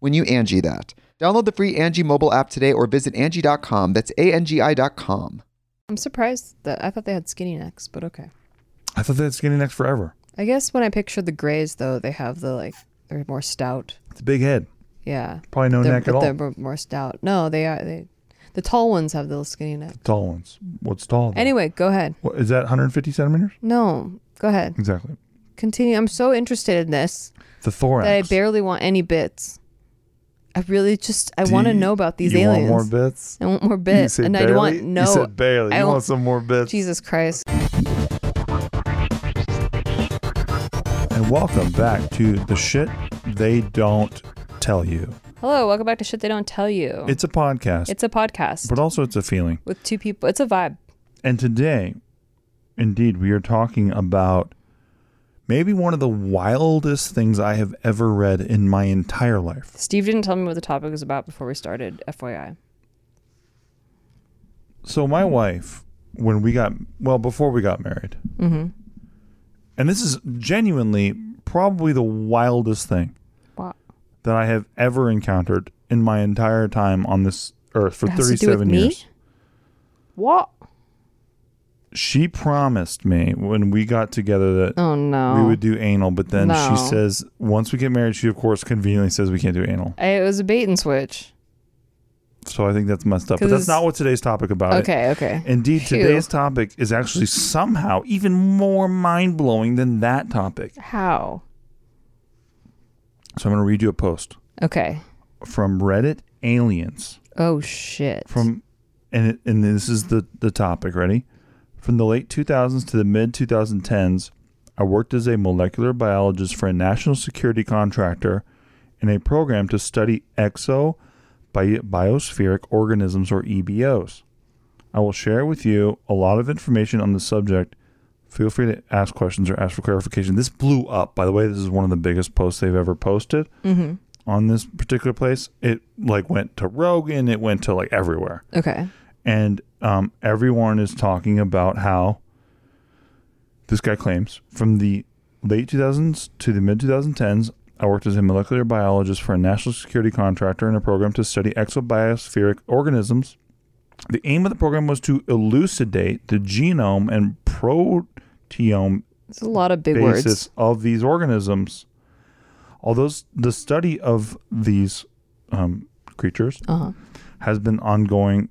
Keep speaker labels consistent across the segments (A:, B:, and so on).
A: when you Angie that. Download the free Angie mobile app today or visit Angie.com. That's A-N-G-I dot com.
B: I'm surprised that I thought they had skinny necks, but okay.
C: I thought that's skinny necks forever.
B: I guess when I picture the grays, though, they have the like they're more stout.
C: It's a big head.
B: Yeah,
C: Probably no
B: they're,
C: neck at
B: but
C: all.
B: They're mo- more stout. No, they are. They, the tall ones have the little skinny neck.
C: Tall ones. What's tall? though?
B: Anyway, go ahead.
C: What, is that 150 centimeters?
B: No, go ahead.
C: Exactly.
B: Continue. I'm so interested in this
C: The thorax.
B: that I barely want any bits. I really just I
C: Do
B: want to
C: you-
B: know about these
C: you
B: aliens.
C: Want more bits?
B: I want more bits,
C: You
B: and
C: said
B: I
C: barely?
B: want no.
C: You said barely.
B: I
C: you
B: don't-
C: want some more bits?
B: Jesus Christ.
C: And welcome back to the shit they don't tell you.
B: Hello, welcome back to shit they don't tell you.
C: It's a podcast,
B: it's a podcast
C: but also it's a feeling.
B: with two people. It's a vibe.
C: And today, indeed, we are talking about maybe one of the wildest things I have ever read in my entire life.
B: Steve didn't tell me what the topic was about before we started, FYI.
C: So my wife, when we got well before we got married,
B: Mm-hmm.
C: and this is genuinely probably the wildest thing
B: Wow.
C: that I have ever encountered in my entire time on this earth for
B: It has to do with
C: 37
B: me?
C: years.
B: What?
C: She promised me when we got together that
B: Oh no.
C: we would do anal, but then
B: No.
C: she says once we get married, she of course conveniently says we can't do anal.
B: I- it was a bait and switch.
C: So I think that's messed up. But
B: 'Cause
C: that's
B: it's-
C: not what today's topic about. It.
B: Okay, okay.
C: Indeed,
B: Phew.
C: today's topic is actually somehow even more mind blowing than that topic.
B: How?
C: So I'm going to read you a post
B: Okay.
C: from Reddit Aliens
B: Oh shit.
C: from, and it, and this is the the topic. Ready? From the late 2000s to the mid 2010s, I worked as a molecular biologist for a national security contractor in a program to study exo bi- biospheric organisms or EBOs. I will share with you a lot of information on the subject. Feel free to ask questions or ask for clarification. This blew up, by the way. This is one of the biggest posts they've ever posted on this particular place. It like went to Rogan. It went to like everywhere
B: okay.
C: and um, everyone is talking about how this guy claims from the late 2000s to the mid 2010s i worked as a molecular biologist for a national security contractor in a program to study exobiospheric organisms the aim of the program was to elucidate the genome and proteome
B: It's a lot of big
C: basis
B: words.
C: of these organisms although s- the study of these um, creatures
B: Uh huh.
C: has been ongoing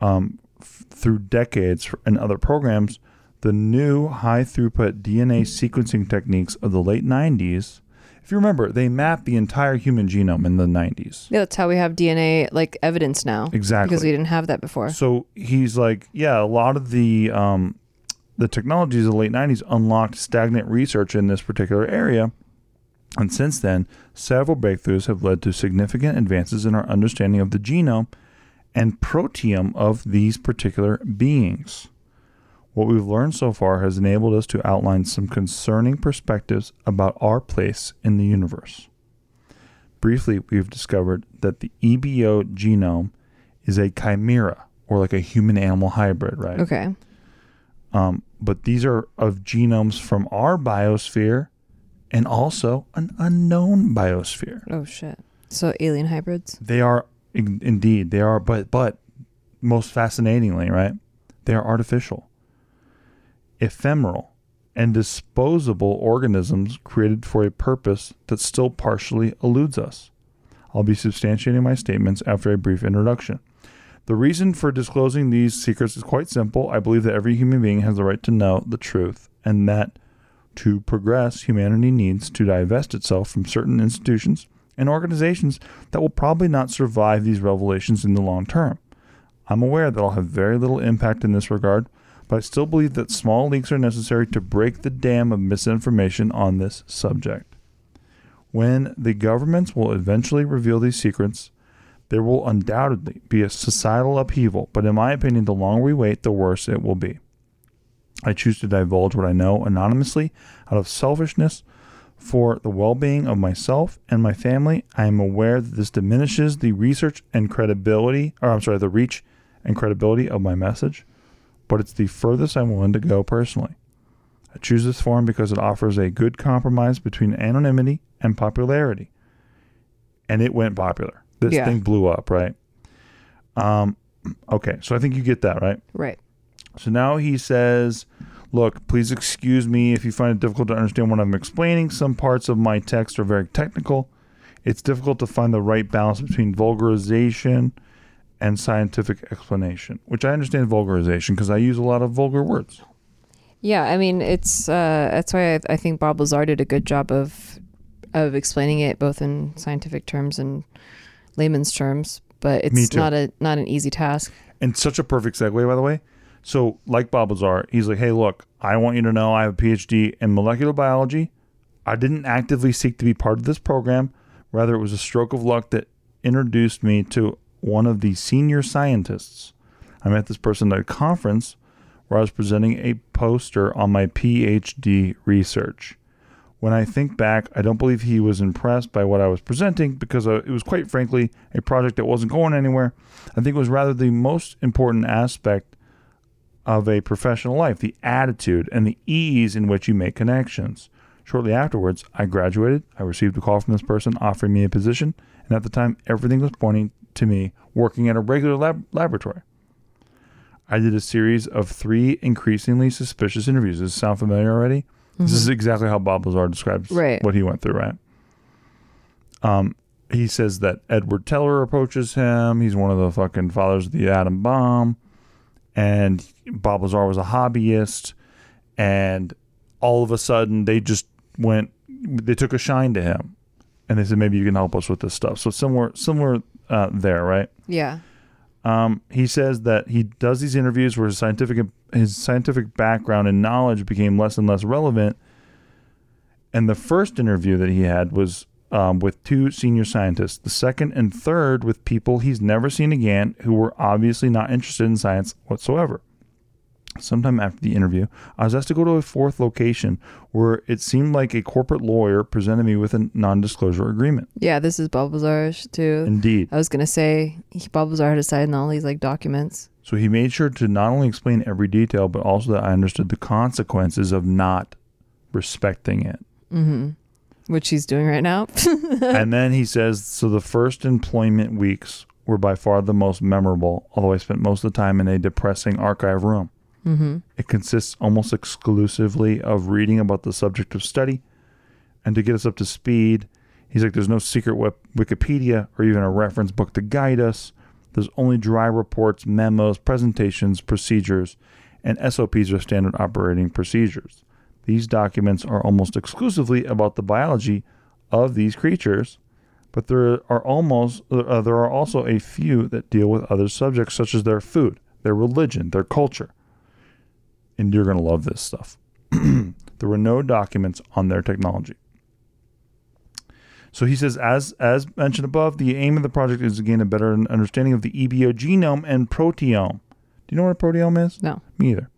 C: um, f- through decades in other programs. The new high throughput DNA sequencing techniques of the late 90s, if you remember, they mapped the entire human genome in the 90s.
B: Yeah, that's how we have DNA like evidence now.
C: Exactly.
B: Because we didn't have that before.
C: So he's like, yeah, a lot of the um, the technologies of the late '90s unlocked stagnant research in this particular area, and since then, several breakthroughs have led to significant advances in our understanding of the genome and proteome of these particular beings. What we've learned so far has enabled us to outline some concerning perspectives about our place in the universe. E Briefly, we've discovered that the EBO genome is a chimera, or like a human animal hybrid, right?
B: Okay.
C: Um, but these are of genomes from our biosphere and also an unknown biosphere.
B: Oh shit. So alien hybrids.
C: They are in- indeed they are, but but most fascinatingly, right? They are artificial, ephemeral, and disposable organisms created for a purpose that still partially eludes us. I'll be substantiating my statements after a brief introduction. The reason for disclosing these secrets is quite simple. I believe that every human being has the right to know the truth, and that to progress, humanity needs to divest itself from certain institutions and organizations that will probably not survive these revelations in the long term. I'm aware that I'll have very little impact in this regard, but I still believe that small leaks are necessary to break the dam of misinformation on this subject. When the governments will eventually reveal these secrets, there will undoubtedly be a societal upheaval, but in my opinion, the longer we wait, the worse it will be. I choose to divulge what I know anonymously out of selfishness for the well being of myself and my family. I am aware that this diminishes the research and credibility, or I'm sorry, the reach and credibility of my message, but it's the furthest I'm willing to go personally. I choose this form because it offers a good compromise between anonymity and popularity. And it went popular. This
B: Yeah.
C: thing blew up, right? Um, okay, so I think you get that, right?
B: Right.
C: So now he says, Look, please excuse me if you find it difficult to understand what I'm explaining. Some parts of my text are very technical. It's difficult to find the right balance between vulgarization and scientific explanation, which I understand vulgarization because I use a lot of vulgar words.
B: Yeah. I mean, it's uh, that's why I, I think Bob Lazar did a good job of of explaining it both in scientific terms and layman's terms. But
C: Me
B: it's
C: too.
B: not a not an easy task.
C: And such a perfect segue, by the way. So, like Bob Lazar, he's like, hey, look, I want you to know I have a PhD in molecular biology. I didn't actively seek to be part of this program. Rather, it was a stroke of luck that introduced me to one of the senior scientists. I met this person at a conference where I was presenting a poster on my PhD research. When I think back, I don't believe he was impressed by what I was presenting because uh, it was quite frankly a project that wasn't going anywhere. I think it was rather the most important aspect of a professional life the attitude and the ease in which you make connections. Shortly afterwards, I graduated. I received a call from this person offering me a position, and at the time, everything was pointing to me working at a regular lab- laboratory. I did a series of three increasingly suspicious interviews. Does this sound familiar already? This is exactly how Bob Lazar describes
B: Right.
C: what he went through, right? Um, he says that Edward Teller approaches him. He's one of the fucking fathers of the atom bomb. And Bob Lazar was a hobbyist. And all of a sudden, they just went, they took a shine to him. And they said, maybe you can help us with this stuff. So, somewhere, somewhere uh, there, right?
B: Yeah.
C: Um, he says that he does these interviews where his scientific his scientific background and knowledge became less and less relevant. And the first interview that he had was um, with two senior scientists. The second and third with people he's never seen again who were obviously not interested in science whatsoever. Sometime after the interview, I was asked to go to a fourth location where it seemed like a corporate lawyer presented me with a non-disclosure agreement.
B: Yeah. This is Bob Lazar's too.
C: Indeed.
B: I was gonna say he, Bob Lazar had to sign all these like documents.
C: So he made sure to not only explain every detail, but also that I understood the consequences of not respecting it.
B: Mm-hmm. Which he's doing right now.
C: and then he says, So the first employment weeks were by far the most memorable, although I spent most of the time in a depressing archive room.
B: mm-hmm.
C: It consists almost exclusively of reading about the subject of study. And to get us up to speed, he's like, there's no secret web- Wikipedia or even a reference book to guide us. There's only dry reports, memos, presentations, procedures, and SOPs or standard operating procedures. These documents are almost exclusively about the biology of these creatures, but there are almost uh, there are also a few that deal with other subjects such as their food, their religion, their culture and you're going to love this stuff. there were no documents on their technology. So he says, as as mentioned above, the aim of the project is to gain a better understanding of the EBO genome and proteome. Do you know what a proteome is?
B: No.
C: Me either.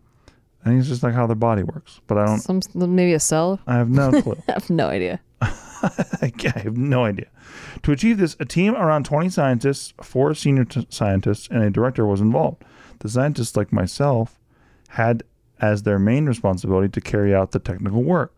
C: I think it's just like how their body works, but I don't.
B: Some maybe a cell.
C: I have no clue.
B: I have no idea.
C: I have no idea. To achieve this, a team around 20 scientists, four senior t- scientists, and a director was involved. The scientists, like myself, had as their main responsibility to carry out the technical work.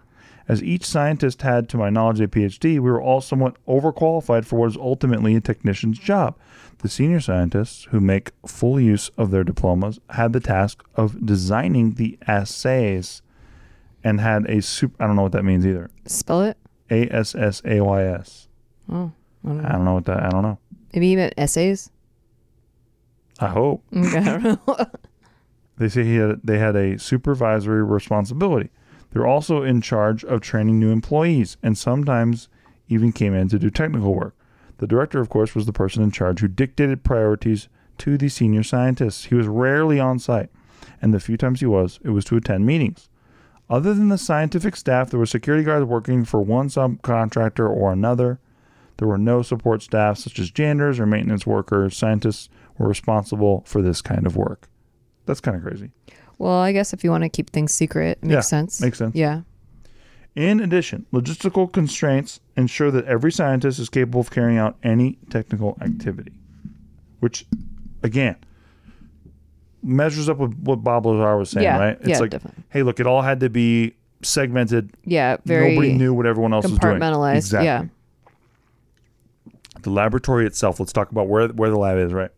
C: As each scientist had, to my knowledge, a PhD, we were all somewhat overqualified for what is ultimately a technician's job. The senior scientists, who make full use of their diplomas, had the task of designing the assays and had a super, I don't know what that means either.
B: Spell it.
C: A S S A Y S.
B: Oh, I don't
C: I
B: know.
C: don't know what that, I don't know.
B: Maybe you meant essays.
C: I hope.
B: Okay, I don't know.
C: They say he had, they had a supervisory responsibility. They're also in charge of training new employees and sometimes even came in to do technical work. The director, of course, was the person in charge who dictated priorities to the senior scientists. He was rarely on site, and the few times he was, it was to attend meetings. Other than the scientific staff, there were security guards working for one subcontractor or another. There were no support staff, such as janitors or maintenance workers. Scientists were responsible for this kind of work. That's kind of crazy.
B: well, I guess if you want to keep things secret, it makes
C: Yeah,
B: sense.
C: makes sense.
B: Yeah.
C: In addition, logistical constraints ensure that every scientist is capable of carrying out any technical activity, which, again, measures up with what Bob Lazar was saying,
B: Yeah,
C: right? It's
B: yeah,
C: like,
B: definitely.
C: hey, look, it all had to be segmented.
B: Yeah. Very
C: Nobody knew what everyone else was doing.
B: compartmentalized.
C: Exactly.
B: Yeah.
C: The laboratory itself. Let's talk about where where the lab is, right?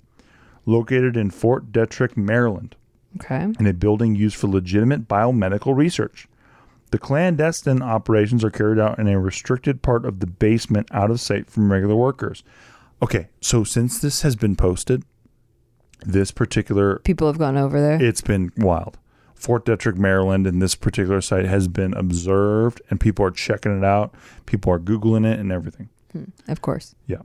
C: Located in Fort Detrick, Maryland.
B: Okay.
C: in a building used for legitimate biomedical research. The clandestine operations are carried out in a restricted part of the basement out of sight from regular workers. Okay, so since this has been posted, this particular
B: People have gone over there.
C: it's been wild. Fort Detrick, Maryland, and this particular site has been observed, and people are checking it out. People are Googling it and everything.
B: of course.
C: Yeah.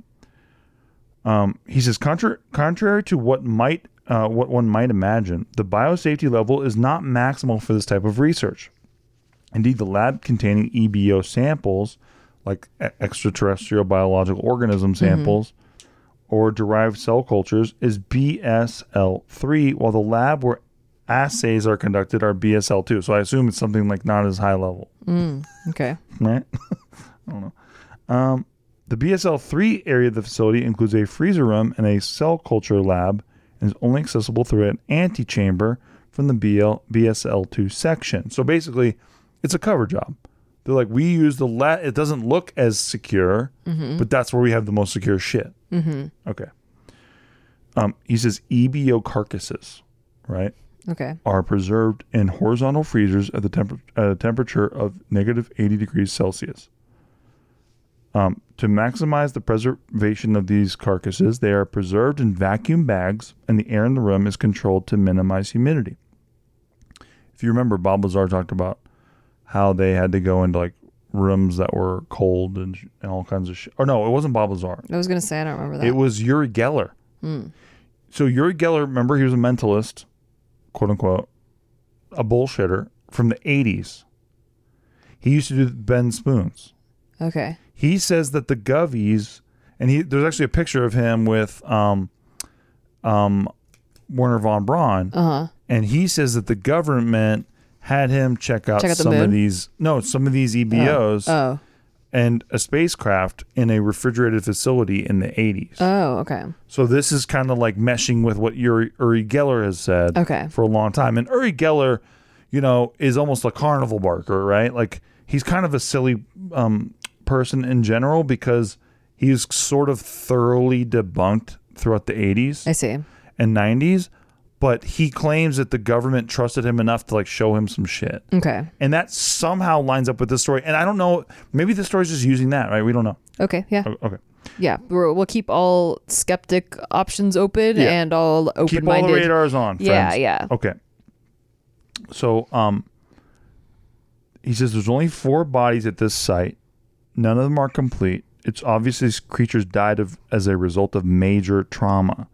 C: Um, he says, contrary, contrary to what might uh, what one might imagine, the biosafety level is not maximal for this type of research. Indeed, the lab containing EBO samples, like e- extraterrestrial biological organism samples or derived cell cultures, is BSL3, while the lab where assays are conducted are BSL2. So I assume it's something like not as high level
B: Okay.
C: right? I don't know. Um, the BSL 3 area of the facility includes a freezer room and a cell culture lab and is only accessible through an antechamber from the BL, BSL 2 section. So basically, it's a cover job. They're like, we use the la It doesn't look as secure, but that's where we have the most secure shit. Mm-hmm. Okay. Um, he says EBO carcasses, right?
B: Okay.
C: are preserved in horizontal freezers at the temper- at a temperature of negative 80 degrees Celsius. Um, to maximize the preservation of these carcasses, they are preserved in vacuum bags, and the air in the room is controlled to minimize humidity. If you remember, Bob Lazar talked about how they had to go into like rooms that were cold and, sh- and all kinds of shit. Or no, it wasn't Bob Lazar.
B: I was gonna say I don't remember that. Hmm.
C: It was Yuri Geller. So Yuri Geller, remember, he was a mentalist, quote unquote, a bullshitter from the 80s. He used to do Ben Spoons.
B: okay.
C: He says that the Govies, and he there's actually a picture of him with um, um, Werner von Braun,
B: Uh huh.
C: and he says that the government had him check out
B: Check out the
C: some of
B: moon?
C: these no some of these EBOs
B: Oh.
C: and a spacecraft in a refrigerated facility in the 80s.
B: Oh. Okay.
C: So this is kind of like meshing with what Uri, Uri Geller has said
B: Okay.
C: for a long time. And Uri Geller, you know, is almost a carnival barker, right? Like he's kind of a silly um, person in general because he's sort of thoroughly debunked throughout the 80s
B: I see.
C: and 90s. But he claims that the government trusted him enough to like show him some shit.
B: Okay.
C: And that somehow lines up with this story. And I don't know, maybe the story's just using that, right? We don't know.
B: Okay. Yeah.
C: O- Okay.
B: Yeah. We're, we'll keep all skeptic options open
C: Yeah.
B: and all open
C: Keep all the
B: minded.
C: radars on, friends.
B: Yeah, yeah.
C: Okay. So, um, he says there's only four bodies at this site. None of them are complete. It's obvious these creatures died of as a result of major trauma.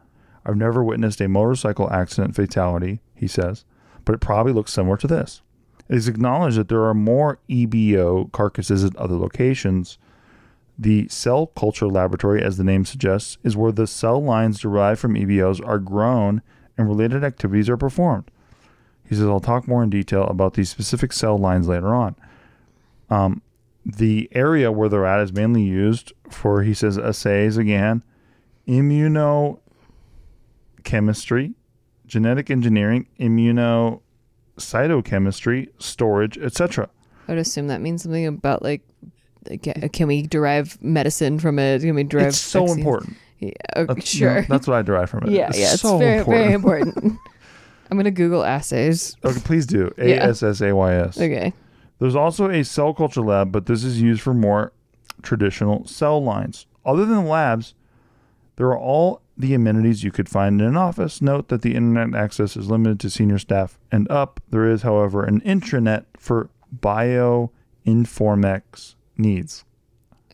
C: I've never witnessed a motorcycle accident fatality, he says, but it probably looks similar to this. It is acknowledged that there are more EBO carcasses at other locations. The cell culture laboratory, as the name suggests, is where the cell lines derived from EBOs are grown and related activities are performed. He says, I'll talk more in detail about these specific cell lines later on. Um, the area where they're at is mainly used for, he says, assays again, immunochemistry, genetic engineering, immuno cytochemistry, storage, etc.
B: I would assume that means something about like, like, ca- can we derive medicine from it? Can we derive?
C: It's so
B: vaccines?
C: important.
B: Yeah, oh,
C: That's, you know,
B: sure.
C: that's what I derive from it.
B: yeah,
C: It's
B: yeah. It's
C: so
B: very,
C: important.
B: very important. I'm gonna Google assays.
C: Okay, please do. A
B: Yeah.
C: S S A Y S.
B: Okay.
C: There's also a cell culture lab, but this is used for more traditional cell lines. Other than labs, there are all the amenities you could find in an office. Note that the internet access is limited to senior staff and up. There is, however, an intranet for bioinformatics needs.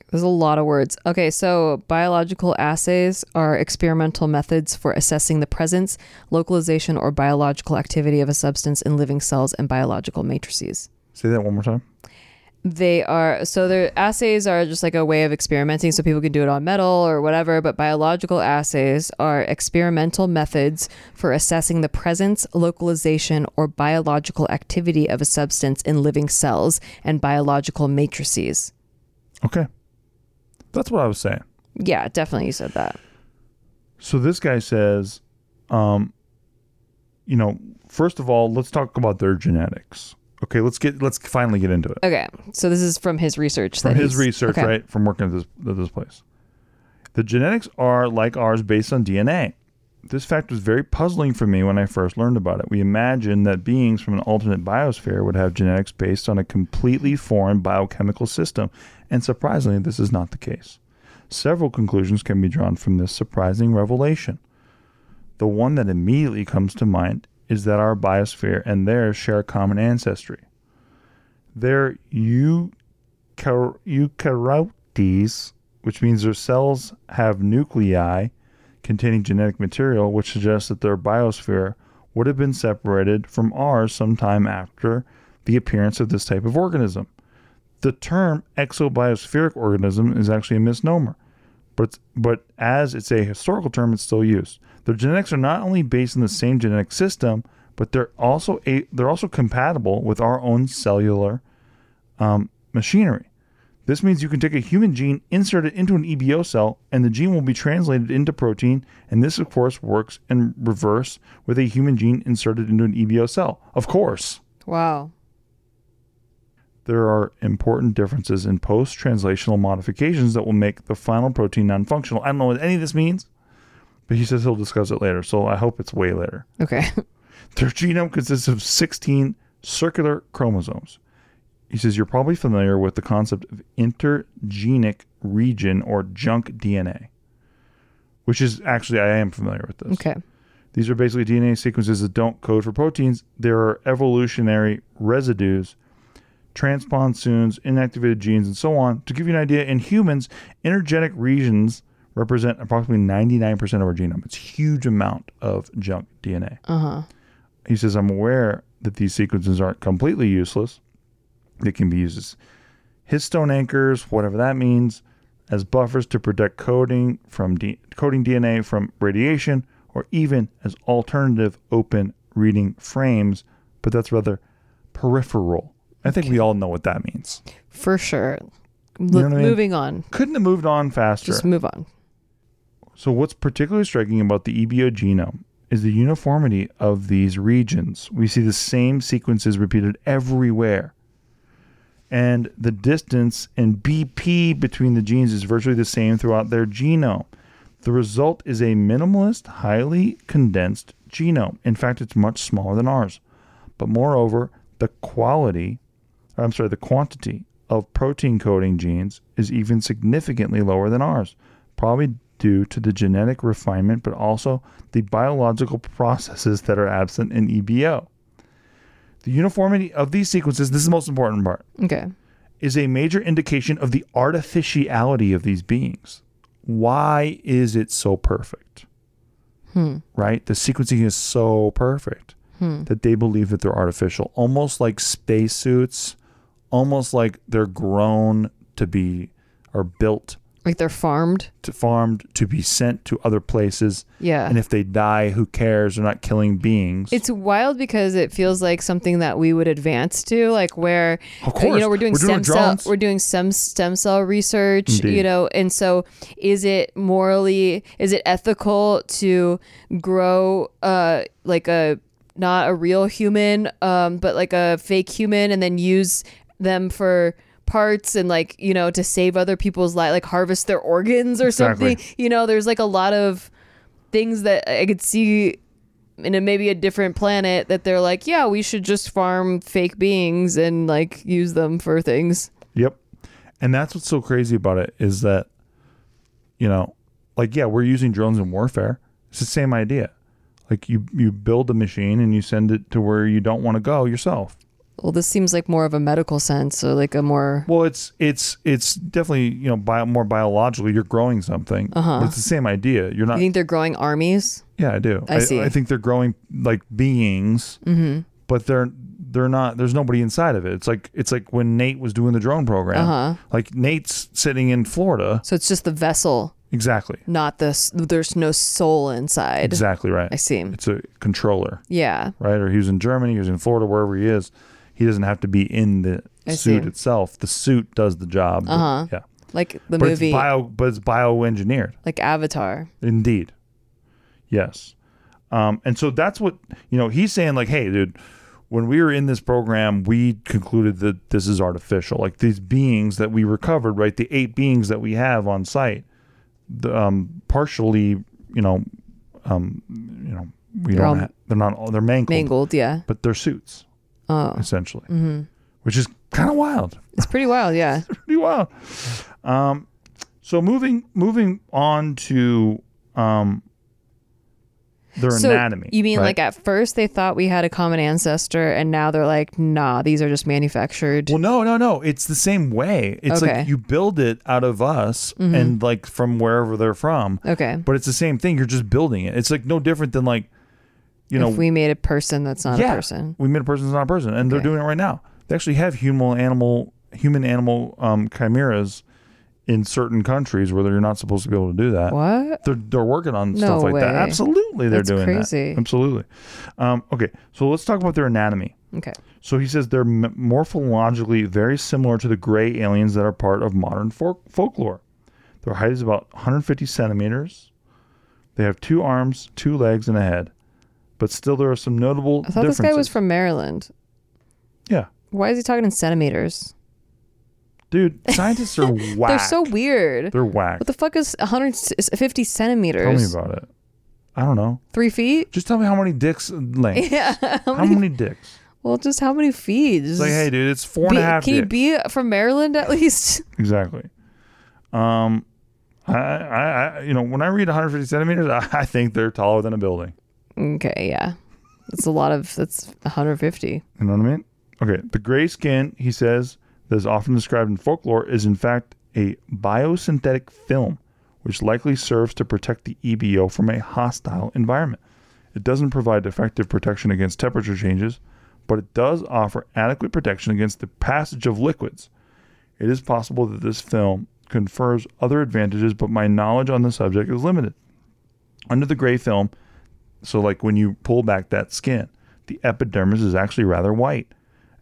B: There's a lot of words. Okay, so biological assays are experimental methods for assessing the presence, localization, or biological activity of a substance in living cells and biological matrices.
C: Say that one more time.
B: They are so their assays are just like a way of experimenting, so people can do it on metal or whatever. But biological assays are experimental methods for assessing the presence, localization, or biological activity of a substance in living cells and biological matrices.
C: Okay. That's what I was saying.
B: Yeah, definitely, you said that.
C: So this guy says, um, you know, first of all, let's talk about their genetics. Okay, let's get let's finally get into it.
B: Okay, so this is from his research.
C: from
B: that
C: his
B: he's-
C: research,
B: okay.
C: right? From working at this at this place. The genetics are like ours based on DNA. This fact was very puzzling for me when I first learned about it. We imagined that beings from an alternate biosphere would have genetics based on a completely foreign biochemical system, and surprisingly, this is not the case. Several conclusions can be drawn from this surprising revelation. The one that immediately comes to mind is that our biosphere and theirs share common ancestry. Their eu- car- eukaryotes, which means their cells have nuclei containing genetic material, which suggests that their biosphere would have been separated from ours sometime after the appearance of this type of organism. The term exobiospheric organism is actually a misnomer, but it's- but as it's a historical term, it's still used. Their genetics are not only based on the same genetic system, but they're also a, they're also compatible with our own cellular um, machinery. This means you can take a human gene, insert it into an EBO cell, and the gene will be translated into protein. And this, of course, works in reverse with a human gene inserted into an EBO cell. Of course,
B: Wow.
C: there are important differences in post translational modifications that will make the final protein non functional. I don't know what any of this means, but he says he'll discuss it later. So I hope it's way later.
B: Okay.
C: Their genome consists of 16 circular chromosomes. He says you're probably familiar with the concept of intergenic region or junk DNA, which is actually, I am familiar with this.
B: okay.
C: These are basically DNA sequences that don't code for proteins. There are evolutionary residues, transponsoons, inactivated genes, and so on. To give you an idea, in humans, energetic regions represent approximately 99% of our genome. It's a huge amount of junk DNA.
B: Uh huh.
C: He says, I'm aware that these sequences aren't completely useless. They can be used as histone anchors, whatever that means, as buffers to protect coding from D- coding DNA from radiation, or even as alternative open reading frames, but that's rather peripheral. I think we all know what that means.
B: For sure. Look,
C: what I mean?
B: Moving on.
C: Couldn't have moved on faster.
B: Just move on.
C: So, what's particularly striking about the EBO genome is the uniformity of these regions. We see the same sequences repeated everywhere. And the distance in BP between the genes is virtually the same throughout their genome. The result is a minimalist, highly condensed genome. In fact, it's much smaller than ours. But moreover, the quality I'm sorry, the quantity of protein coding genes is even significantly lower than ours, probably due to the genetic refinement, but also the biological processes that are absent in EBO. The uniformity of these sequences, this is the most important part,
B: Okay.
C: is a major indication of the artificiality of these beings. Why is it so perfect?
B: Hmm.
C: Right? The sequencing is so perfect
B: Hmm.
C: that they believe that they're artificial, almost like spacesuits, almost like they're grown to be or built
B: Like they're farmed.
C: to, farmed to be sent to other places.
B: Yeah.
C: And if they die, who cares? They're not killing beings.
B: It's wild because it feels like something that we would advance to, like where
C: Of
B: uh, you
C: course.
B: know we're doing
C: We're
B: stem
C: doing
B: cell,
C: drones.
B: we're doing some stem cell research,
C: Indeed.
B: you know, and so is it morally, is it ethical to grow, uh, like a not a real human, um, but like a fake human, and then use them for parts and like you know to save other people's life like harvest their organs or
C: Exactly.
B: something you know there's like a lot of things that i could see in a, maybe a different planet that they're like, yeah, we should just farm fake beings and like use them for things.
C: Yep. And that's what's so crazy about it is that, you know, like yeah, we're using drones in warfare. It's the same idea. Like you you build a machine and you send it to where you don't want to go yourself.
B: Well, this seems like more of a medical sense or like a more
C: Well, it's it's it's definitely you know bio, more biological. You're growing something.
B: Uh-huh.
C: But It's the same idea. You're
B: you
C: not.
B: think they're growing armies?
C: yeah, I do.
B: I see.
C: I think they're growing like beings,
B: Mm-hmm.
C: but they're they're not. There's nobody inside of it. It's like it's like when Nate was doing the drone program.
B: Uh-huh.
C: Like Nate's sitting in Florida.
B: So it's just the vessel,
C: Exactly.
B: not the s- there's no soul inside.
C: Exactly right.
B: I see.
C: It's a controller,
B: Yeah.
C: right? Or he was in Germany, he was in Florida, wherever he is. He doesn't have to be in the
B: I
C: suit
B: see.
C: itself. The suit does the job.
B: Uh-huh.
C: Yeah.
B: Like the
C: but
B: movie
C: it's bio but it's bioengineered.
B: like Avatar.
C: Indeed. Yes. Um, and so that's what you know, he's saying like, hey, dude, when we were in this program, we concluded that this is artificial. Like these beings that we recovered, right? The eight beings that we have on site, the, um, partially, you know, um, you know, we
B: They're
C: don't.
B: all
C: ha- they're not. all- They're mangled,
B: Mangled, yeah.
C: but they're suits
B: Oh.
C: essentially, which is kind of wild.
B: It's pretty wild, yeah.
C: Pretty wild. Um, so moving moving on to um, their
B: so
C: anatomy.
B: You mean
C: right?
B: like at first they thought we had a common ancestor and now they're like, nah, these are just manufactured.
C: Well, no, no, no. It's the same way. It's
B: Okay. Mm-hmm.
C: like you build it out of us and like from wherever they're from,
B: okay.
C: but it's the same thing. You're just building it. It's like no different than like, you know,
B: if we made a person that's not
C: yeah,
B: a person.
C: We made a person that's not a person, and
B: Okay.
C: they're doing it right now. They actually have human animal human animal um, chimeras in certain countries where they're not supposed to be able to do that.
B: What?
C: They're they're working on
B: No
C: stuff like that.
B: way.
C: Absolutely, they're
B: That's
C: doing
B: crazy.
C: that. Absolutely. Um, okay, so let's talk about their anatomy.
B: Okay.
C: So he says they're m- morphologically very similar to the gray aliens that are part of modern folk- folklore. Their height is about 150 centimeters. They have two arms, two legs, and a head. But still, there are some notable
B: I thought this
C: differences.
B: guy was from Maryland.
C: Yeah,
B: Why is he talking in centimeters?
C: dude, scientists are whack.
B: They're so weird.
C: They're whack.
B: What the fuck is 150 centimeters?
C: Tell me about it. I don't know.
B: Three feet?
C: Just tell me how many dicks length.
B: Yeah.
C: how many dicks?
B: well, just how many feet?
C: It's like, hey, dude, it's four
B: be,
C: and a half.
B: Can you
C: dicks.
B: be from Maryland at least?
C: Exactly. Um, I, I, I, you know, when I read 150 centimeters, I, I think they're taller than a building.
B: okay, yeah. That's a lot of. That's 150.
C: You know what I mean? Okay. The gray skin, he says, that is often described in folklore, is in fact a biosynthetic film, which likely serves to protect the EBO from a hostile environment. It doesn't provide effective protection against temperature changes, but it does offer adequate protection against the passage of liquids. It is possible that this film confers other advantages, but my knowledge on the subject is limited. Under the gray film, so like when you pull back that skin, the epidermis is actually rather white,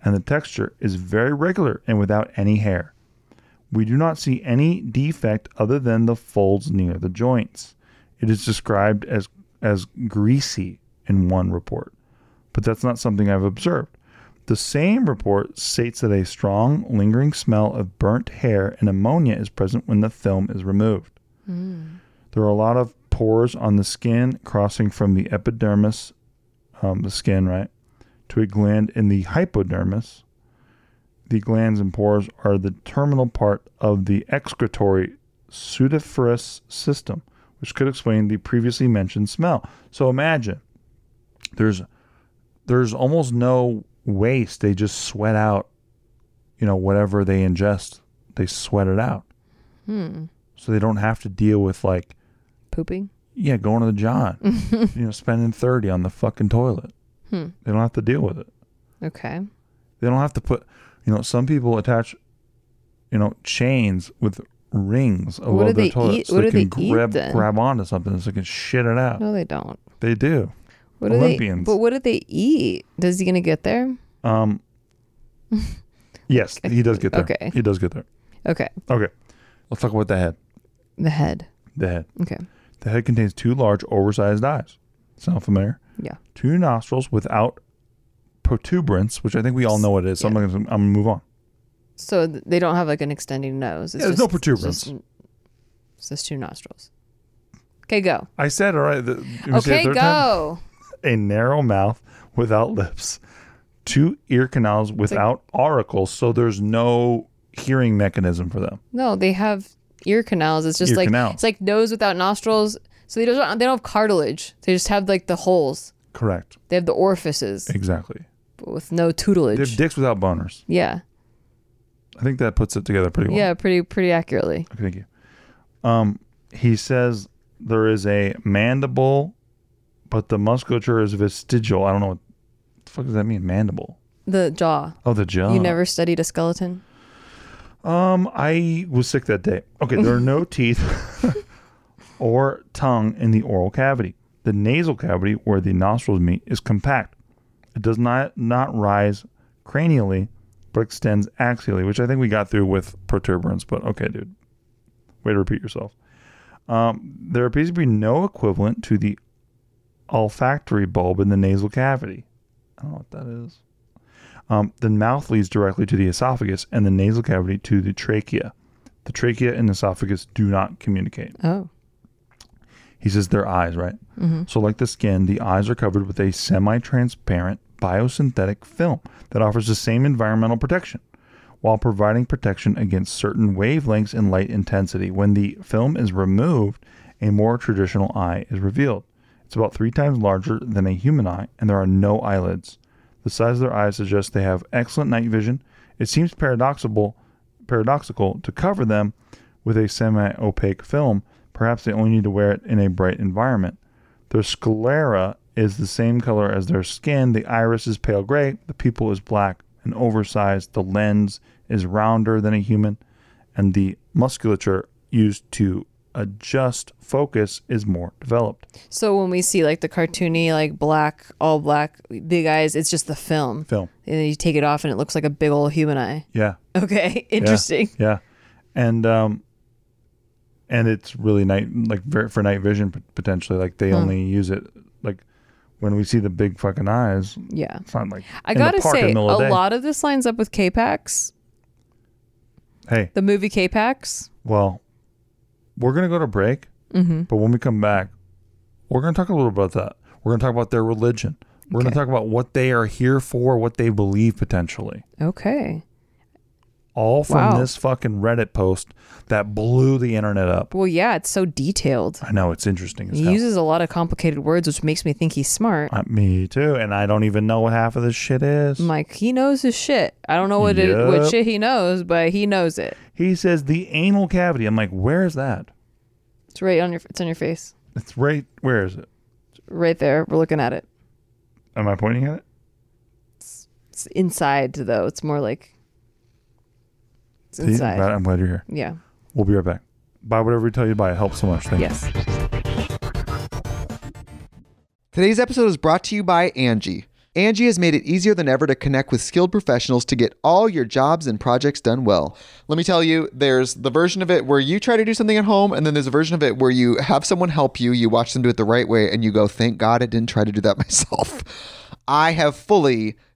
C: and the texture is very regular and without any hair. We do not see any defect other than the folds near the joints. It is described as as greasy in one report, but that's not something I've observed. The same report states that a strong, lingering smell of burnt hair and ammonia is present when the film is removed. There are a lot of pores on the skin crossing from the epidermis, um, the skin, right, to a gland in the hypodermis. The glands and pores are the terminal part of the excretory pseudiferous system, which could explain the previously mentioned smell. So imagine there's there's almost no waste. They just sweat out, you know, whatever they ingest, they sweat it out. So they don't have to deal with like
B: Pooping?
C: yeah, going to the John. you know, spending thirty on the fucking toilet.
B: Hmm.
C: They don't have to deal with it.
B: Okay.
C: They don't have to put. You know, some people attach, you know, chains with rings above
B: What do
C: their
B: they
C: toilet
B: eat-
C: so
B: what
C: they
B: do
C: can
B: they eat
C: grab
B: then?
C: grab onto something so they can shit it out.
B: No, they don't.
C: They do.
B: What
C: Olympians.
B: Do they, but what do they eat? Does he gonna get there?
C: Um Yes, he does get there.
B: Okay.
C: He does get there.
B: Okay,
C: Okay. Let's talk about the head.
B: the head.
C: The head.
B: Okay,
C: The head contains two large oversized eyes. Sound familiar?
B: yeah.
C: Two nostrils without protuberance, which I think we all know what it is. So I'm gonna I'm gonna move on.
B: So th- they don't have like an extending nose. It's
C: Yeah, there's
B: just,
C: no
B: It's
C: protuberance.
B: just, it's just two nostrils. Okay, go.
C: I said all right. The, you wanna say it
B: Okay,
C: a third time?
B: go.
C: a narrow mouth without lips, two ear canals without auricles, so there's no hearing mechanism for them.
B: No, they have ear canals. It's just
C: Ear
B: like
C: canals.
B: it's like nose without nostrils. So they don't they don't have cartilage. They just have like the holes.
C: Correct.
B: They have the orifices,
C: Exactly.
B: but with no
C: They have
B: tutelage.
C: dicks without boners.
B: yeah,
C: I think that puts it together pretty well.
B: yeah, pretty pretty accurately.
C: Okay, thank you. Um, he says there is a mandible, but the musculature is vestigial. I don't know what the fuck does that mean. Mandible.
B: The jaw.
C: Oh, the jaw.
B: You never studied a skeleton.
C: Um, I was sick that day. Okay, there are no teeth or tongue in the oral cavity. The nasal cavity, where the nostrils meet, is compact. It does not not rise cranially, but extends axially, which I think we got through with protuberance. But okay, dude, way to repeat yourself. Um, there appears to be no equivalent to the olfactory bulb in the nasal cavity. I don't know what that is. Um, the mouth leads directly to the esophagus and the nasal cavity to the trachea. The trachea and esophagus do not communicate.
B: Oh,
C: He says their eyes, right? So, like the skin, the eyes are covered with a semi transparent biosynthetic film that offers the same environmental protection while providing protection against certain wavelengths and light intensity. When the film is removed, a more traditional eye is revealed. It's about three times larger than a human eye, and there are no eyelids. The size of their eyes suggests they have excellent night vision. It seems paradoxical, paradoxical to cover them with a semi opaque film. Perhaps they only need to wear it in a bright environment. Their sclera is the same color as their skin. The iris is pale gray. The pupil is black and oversized. The lens is rounder than a human. And the musculature used to adjust focus is more developed.
B: so when we see like the cartoony, like black, all black, big eyes, it's just the film,
C: Film.
B: and then you take it off, and it looks like a big old human eye.
C: Yeah.
B: Okay, interesting.
C: Yeah, and um, and it's really night like ver- for night vision pot- potentially. Like they only use it like when we see the big fucking eyes.
B: Yeah,
C: It's not like
B: I
C: in the
B: gotta
C: park in the
B: say, a
C: middle of the day.
B: lot of this lines up with K-Pax,
C: Hey,
B: the movie K-Pax.
C: well, we're gonna go to break,
B: Mm-hmm.
C: but when we come back, we're gonna talk a little about that. We're gonna talk about their religion. We're gonna
B: Okay.
C: talk about what they are here for, what they believe potentially.
B: Okay.
C: All from
B: Wow.
C: this fucking Reddit post that blew the internet up.
B: Well, yeah, it's so detailed.
C: I know it's interesting. As
B: He
C: hell.
B: uses a lot of complicated words, which makes me think he's smart.
C: Uh, me too, and I don't even know what half of this shit is.
B: I'm like, he knows his shit. I don't know what it, what
C: Yep.
B: shit he knows, but he knows it.
C: He says the anal cavity. I'm like, where is that?
B: It's right on your it's on your face,
C: It's right. Where is it?
B: It's right there. We're looking at it.
C: Am I pointing at it?
B: It's inside though. It's more like it's
C: See?
B: inside.
C: Right, I'm glad you're here.
B: Yeah.
C: We'll be right back. Buy whatever we tell you to buy. It helps so much. Thank you.
B: Yes.
A: Today's episode is brought to you by Angie. Angie has made it easier than ever to connect with skilled professionals to get all your jobs and projects done well. Let me tell you, there's the version of it where you try to do something at home, and then there's a version of it where you have someone help you, you watch them do it the right way, and you go, thank God I didn't try to do that myself. I have fully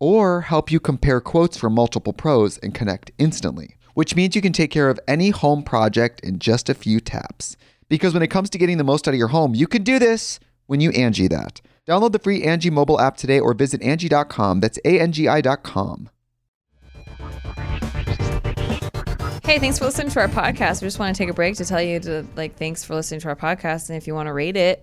A: or help you compare quotes from multiple pros and connect instantly, which means you can take care of any home project in just a few taps. Because when it comes to getting the most out of your home, you can do this when you Angie that. Download the free Angie mobile app today or visit Angie.com. That's A-N-G-I dot com.
B: Hey, thanks for listening to our podcast. We just want to take a break to tell you to like thanks for listening to our podcast, and if you want to rate it,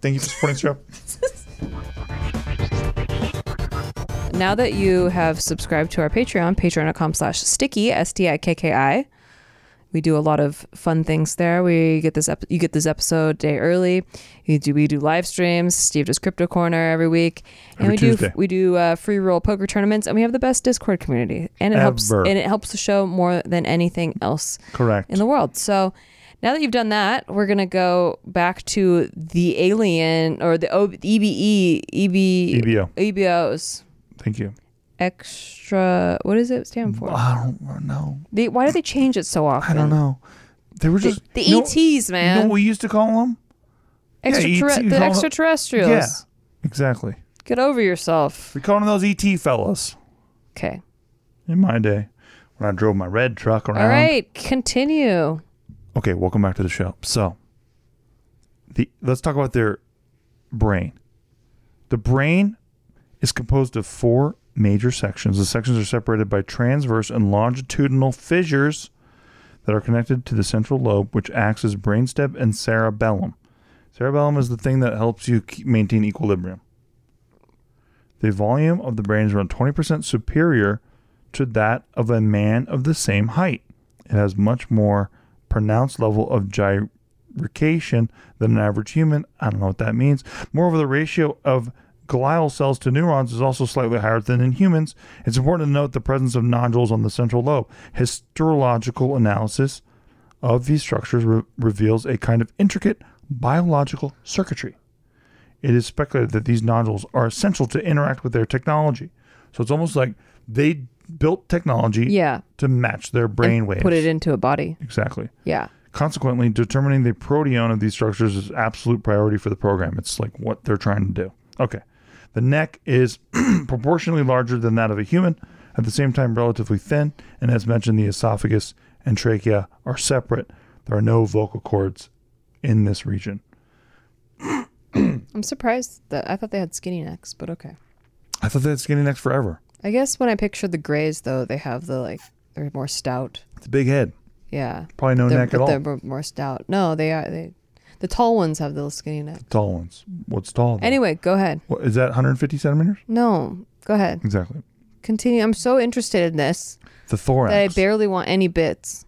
C: Thank you for supporting the show.
B: Now that you have subscribed to our Patreon, patreon.com slash sticky, S-T-I-K-K-I, we do a lot of fun things there. We get this ep- you get this episode day early. You do we do live streams. Steve does crypto corner every week, and
C: Every
B: we do
C: Tuesday.
B: we do uh, free roll poker tournaments, and we have the best Discord community, and it helps
C: Ever.
B: and it helps the show more than anything else
C: Correct.
B: in the world. So now that you've done that, we're gonna go back to the alien or the o- E EBE EB
C: EBO.
B: EBOs
C: E Thank you.
B: extra. What does it stand for?
C: I don't know.
B: They, why do they change it so often?
C: I don't know. They were
B: The,
C: just
B: the
C: you know-
B: ETs,
C: You know
B: man.
C: what we used to call them? yeah,
B: Extraterre-
C: ET,
B: the
C: call it-
B: extraterrestrials.
C: Yeah, exactly.
B: Get over yourself.
C: We called them those ET fellas
B: Okay.
C: in my day when I drove my red truck around.
B: All right. Continue.
C: Okay, welcome back to the show. So, the let's talk about their brain. The brain is composed of four major sections. The sections are separated by transverse and longitudinal fissures that are connected to the central lobe, which acts as brainstem and cerebellum. Cerebellum is the thing that helps you keep, maintain equilibrium. The volume of the brain is around 20% superior to that of a man of the same height. It has much more pronounced level of gyrication than an average human. I don't know what that means. Moreover, the ratio of glial cells to neurons is also slightly higher than in humans. It's important to note the presence of nodules on the central lobe. Histological analysis of these structures re- reveals a kind of intricate biological circuitry. It is speculated that these nodules are essential to interact with their technology. So it's almost like they built technology
B: Yeah.
C: to match their brain
B: And
C: waves.
B: Put it into a body.
C: Exactly.
B: Yeah.
C: Consequently, determining the proteome of these structures is absolute priority for the program. It's like what they're trying to do. Okay. The neck is proportionally larger than that of a human, at the same time relatively thin, and as mentioned, the esophagus and trachea are separate. There are no vocal cords in this region.
B: I'm surprised that I thought they had skinny necks, but okay.
C: I thought they had skinny necks forever.
B: I guess when I picture the grays, though, they have the like they're more stout.
C: It's a big head.
B: Yeah.
C: Probably no
B: they're,
C: neck at
B: but
C: all.
B: They're mo- more stout. No, they are. They, the tall ones have the little skinny neck.
C: Tall ones. What's tall? though?
B: Anyway, go ahead.
C: What, is that 150 centimeters?
B: No, go ahead.
C: Exactly.
B: Continue. I'm so interested in this
C: The thorax.
B: that I barely want any bits.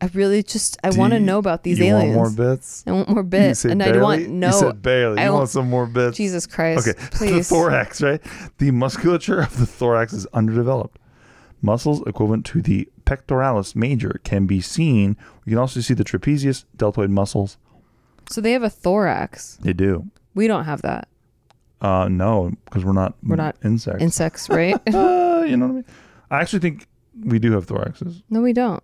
B: I really just I
C: Do
B: want to
C: you-
B: know about these
C: you
B: aliens.
C: Want more bits?
B: I want more bits, and I don't want no.
C: You said barely.
B: I
C: You
B: don't-
C: want some more bits?
B: Jesus Christ!
C: Okay. the
B: please.
C: thorax, right? The musculature of the thorax is underdeveloped. Muscles equivalent to the pectoralis major can be seen. You can also see the trapezius, deltoid muscles.
B: so they have a thorax.
C: They do.
B: We don't have that.
C: Uh, no, because we're not
B: We're not
C: insects.
B: Insects, right?
C: Uh, you know what I mean? I actually think we do have thoraxes.
B: no, we don't.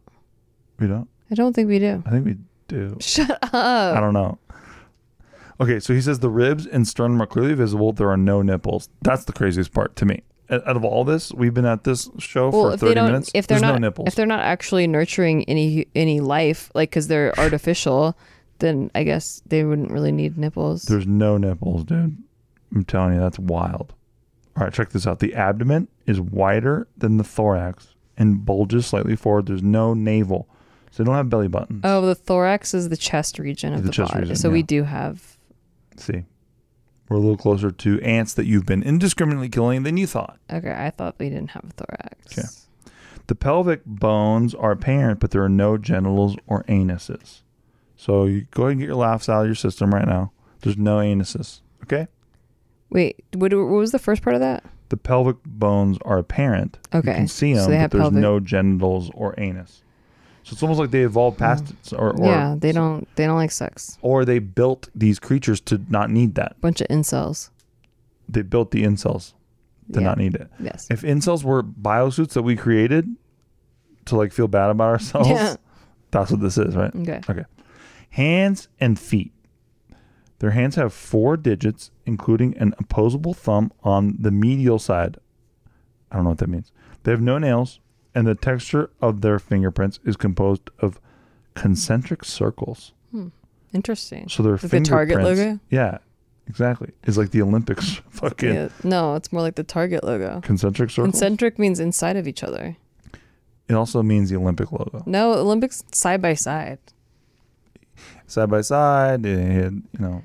C: We don't.
B: I don't think we do.
C: I think we do.
B: Shut
C: I
B: up.
C: don't know. Okay, so he says the ribs and sternum are clearly visible. There are no nipples. That's the craziest part to me. Out out of all this, we've been at this show
B: Well,
C: for
B: if
C: 30
B: they don't,
C: minutes.
B: if they're
C: There's
B: not,
C: no nipples.
B: if they're not actually nurturing any any life, like because they're artificial, then I guess they wouldn't really need nipples.
C: There's no nipples, dude. I'm telling you, that's wild. All right, check this out. The abdomen is wider than the thorax and bulges slightly forward. There's no navel. So they don't have belly buttons.
B: Oh, the thorax is the chest region of
C: The
B: the,
C: chest
B: body.
C: region,
B: so we
C: yeah.
B: do have.
C: See, we're a little closer to ants that you've been indiscriminately killing than you thought.
B: Okay, I thought we didn't have a thorax.
C: Okay. The pelvic bones are apparent, but there are no genitals or anuses. So you go ahead and get your laughs out of your system right now. There's no anuses. Okay.
B: Wait, what, what was the first part of that?
C: The pelvic bones are apparent. You
B: Okay.
C: can see
B: So
C: them,
B: they
C: but
B: have
C: there's
B: pelvic-
C: no genitals or anus. So it's almost like they evolved past it, or or,
B: Mm. yeah, they don't they don't like sex.
C: or they built these creatures to not need that.
B: Bunch of incels.
C: They built the incels to
B: Yeah.
C: not need it.
B: Yes.
C: If incels were biosuits that we created to like feel bad about ourselves,
B: Yeah.
C: that's what this is, right?
B: Okay.
C: Okay. Hands and feet. Their hands have four digits, including an opposable thumb on the medial side. I don't know what that means. They have no nails, and the texture of their fingerprints is composed of concentric circles.
B: Interesting.
C: So their
B: Like the
C: fingerprints.
B: Target logo?
C: Yeah, exactly. It's like the Olympics fucking
B: Yeah. No, it's more like the Target logo.
C: concentric circles.
B: Concentric means inside of each other.
C: it also means the Olympic logo.
B: No, Olympics side by side.
C: side by side. They had, you know,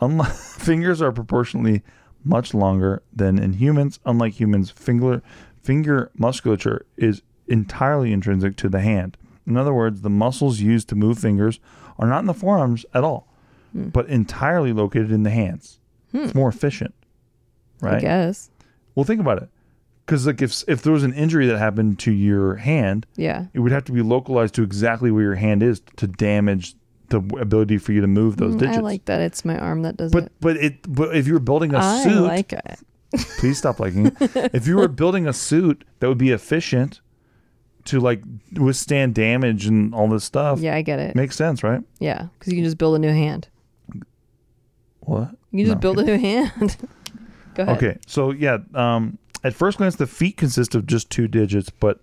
C: unlike, fingers are proportionally much longer than in humans. Unlike humans, finger finger musculature is entirely intrinsic to the hand. In other words, the muscles used to move fingers are not in the forearms at all, but entirely located in the hands. It's more efficient,
B: I
C: right?
B: guess.
C: Well, think about it, because like if if there was an injury that happened to your hand,
B: Yeah.
C: it would have to be localized to exactly where your hand is to damage the w- ability for you to move those
B: Mm,
C: digits.
B: I like that. It's my arm that does
C: but
B: it.
C: but it but if you were building a
B: I
C: suit,
B: like it.
C: please stop liking. it. if you were building a suit that would be efficient to like withstand damage and all this stuff,
B: Yeah, I get it.
C: makes sense, right?
B: Yeah, because you can just build a new hand.
C: What?
B: You can just
C: No.
B: build a new hand. Go ahead.
C: Okay, so yeah, um, at first glance, the feet consist of just two digits, but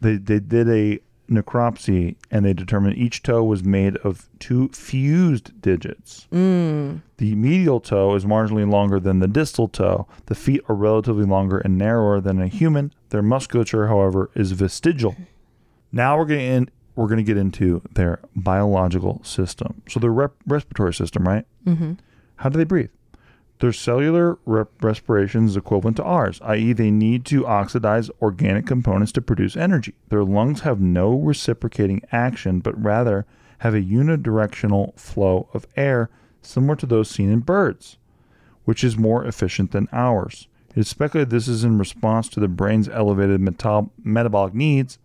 C: they they did a necropsy and they determined each toe was made of two fused digits.
B: Mm.
C: The medial toe is marginally longer than the distal toe. The feet are relatively longer and narrower than a human. Their musculature, however, is vestigial. Now we're going to end. We're going to get into their biological system. So their rep- respiratory system, right? Mm-hmm. How do they breathe? Their cellular rep- respiration is equivalent to ours, i.e., they need to oxidize organic components to produce energy. Their lungs have no reciprocating action, but rather have a unidirectional flow of air similar to those seen in birds, which is more efficient than ours. It is speculated this is in response to the brain's elevated metal- metabolic needs.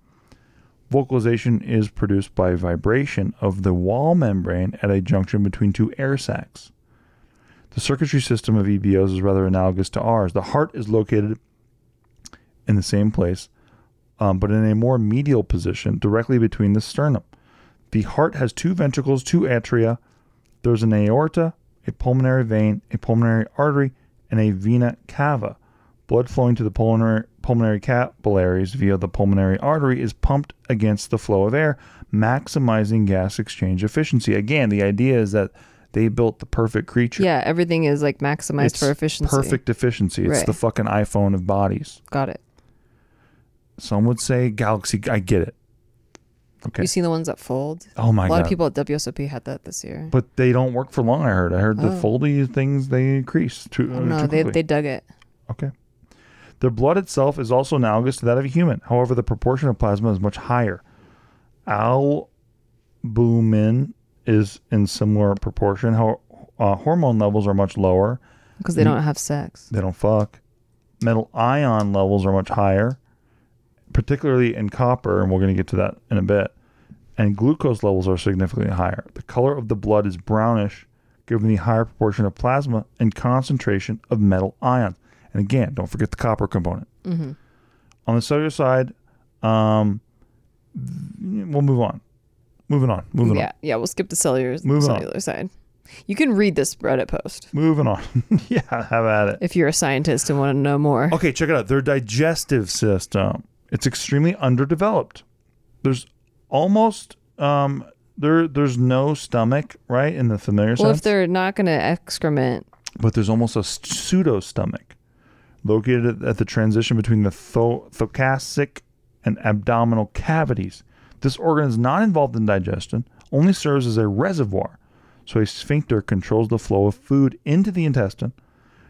C: Vocalization is produced by vibration of the wall membrane at a junction between two air sacs. The circuitry system of EBOs is rather analogous to ours. The heart is located in the same place, um, but in a more medial position, directly between the sternum. The heart has two ventricles, two atria. There's an aorta, a pulmonary vein, a pulmonary artery, and a vena cava. Blood flowing to the pulmonary, pulmonary capillaries via the pulmonary artery is pumped against the flow of air, maximizing gas exchange efficiency. Again, the idea is that they built the perfect creature
B: Yeah, everything is like maximized for efficiency.
C: perfect efficiency. It's
B: Right.
C: the fucking iPhone of bodies.
B: Got it.
C: Some would say Galaxy. I get it. Okay.
B: You seen the ones that fold?
C: oh my
B: a lot
C: god.
B: of people at WSOP had that this year.
C: but they don't work for long. I heard. I heard the foldy things they increase too. uh,
B: Oh. no,
C: too
B: they,
C: quickly.
B: they dug it.
C: Okay. Their blood itself is also analogous to that of a human. However, the proportion of plasma is much higher. Albumin is in similar proportion. How uh, hormone levels are much lower.
B: Because
C: Mm.
B: they don't have sex.
C: They don't fuck. Metal ion levels are much higher, particularly in copper, and we're going to get to that in a bit. And glucose levels are significantly higher. The color of the blood is brownish, given the higher proportion of plasma and concentration of metal ions. And again, don't forget the copper component. On the cellular side, um, th- we'll move on. Moving on. Moving on.
B: Yeah, yeah, we'll skip the cellular,
C: Move on.
B: cellular side. You can read this Reddit post
C: Moving on. yeah, have at it.
B: if you're a scientist and want to know more.
C: Okay, check it out. Their digestive system. It's extremely underdeveloped. There's almost um there there's no stomach, right, in the familiar
B: well, if
C: sense.
B: they're not going to excrement,
C: but there's almost a pseudo stomach located at- at the transition between the tho- thoracic and abdominal cavities. This organ is not involved in digestion, only serves as a reservoir. So a sphincter controls the flow of food into the intestine.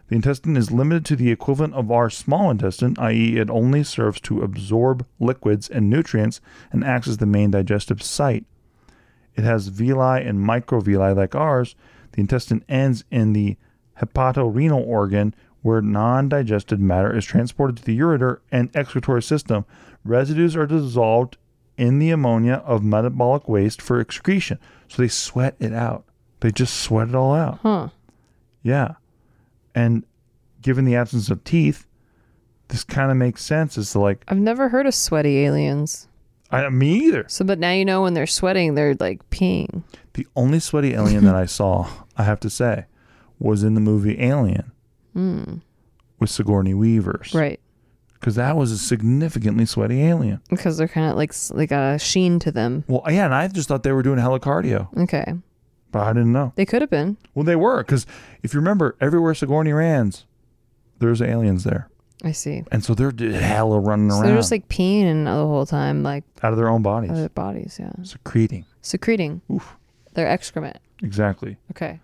C: The intestine is limited to the equivalent of our small intestine, i.e., it only serves to absorb liquids and nutrients and acts as the main digestive site. It has villi and microvilli like ours. The intestine ends in the hepatorenal organ where non digested matter is transported to the ureter and excretory system. Residues are dissolved in the ammonia of metabolic waste for excretion. So they sweat it out. They just sweat it all out.
B: Huh.
C: Yeah. And given the absence of teeth, this kind of makes sense as to like,
B: I've never heard of sweaty aliens.
C: I, me either.
B: So, but now you know when they're sweating, they're like peeing.
C: The only sweaty alien that I saw, I have to say, was in the movie Alien
B: Hmm.
C: with Sigourney Weaver's.
B: Right.
C: Because that was a significantly sweaty alien.
B: Because they're kind of like, s- they got a sheen to them.
C: Well, yeah, and I just thought they were doing helicardio,
B: Okay.
C: but I didn't know.
B: They could have been.
C: Well, they were, because if you remember, everywhere Sigourney Rand's, there's aliens there.
B: I see.
C: And so they're d- hella running
B: So
C: around
B: they're just like uh, peeing and the whole time, like
C: out of their own bodies,
B: other bodies. Yeah.
C: secreting.
B: Secreting
C: Oof.
B: their excrement.
C: Exactly.
B: Okay.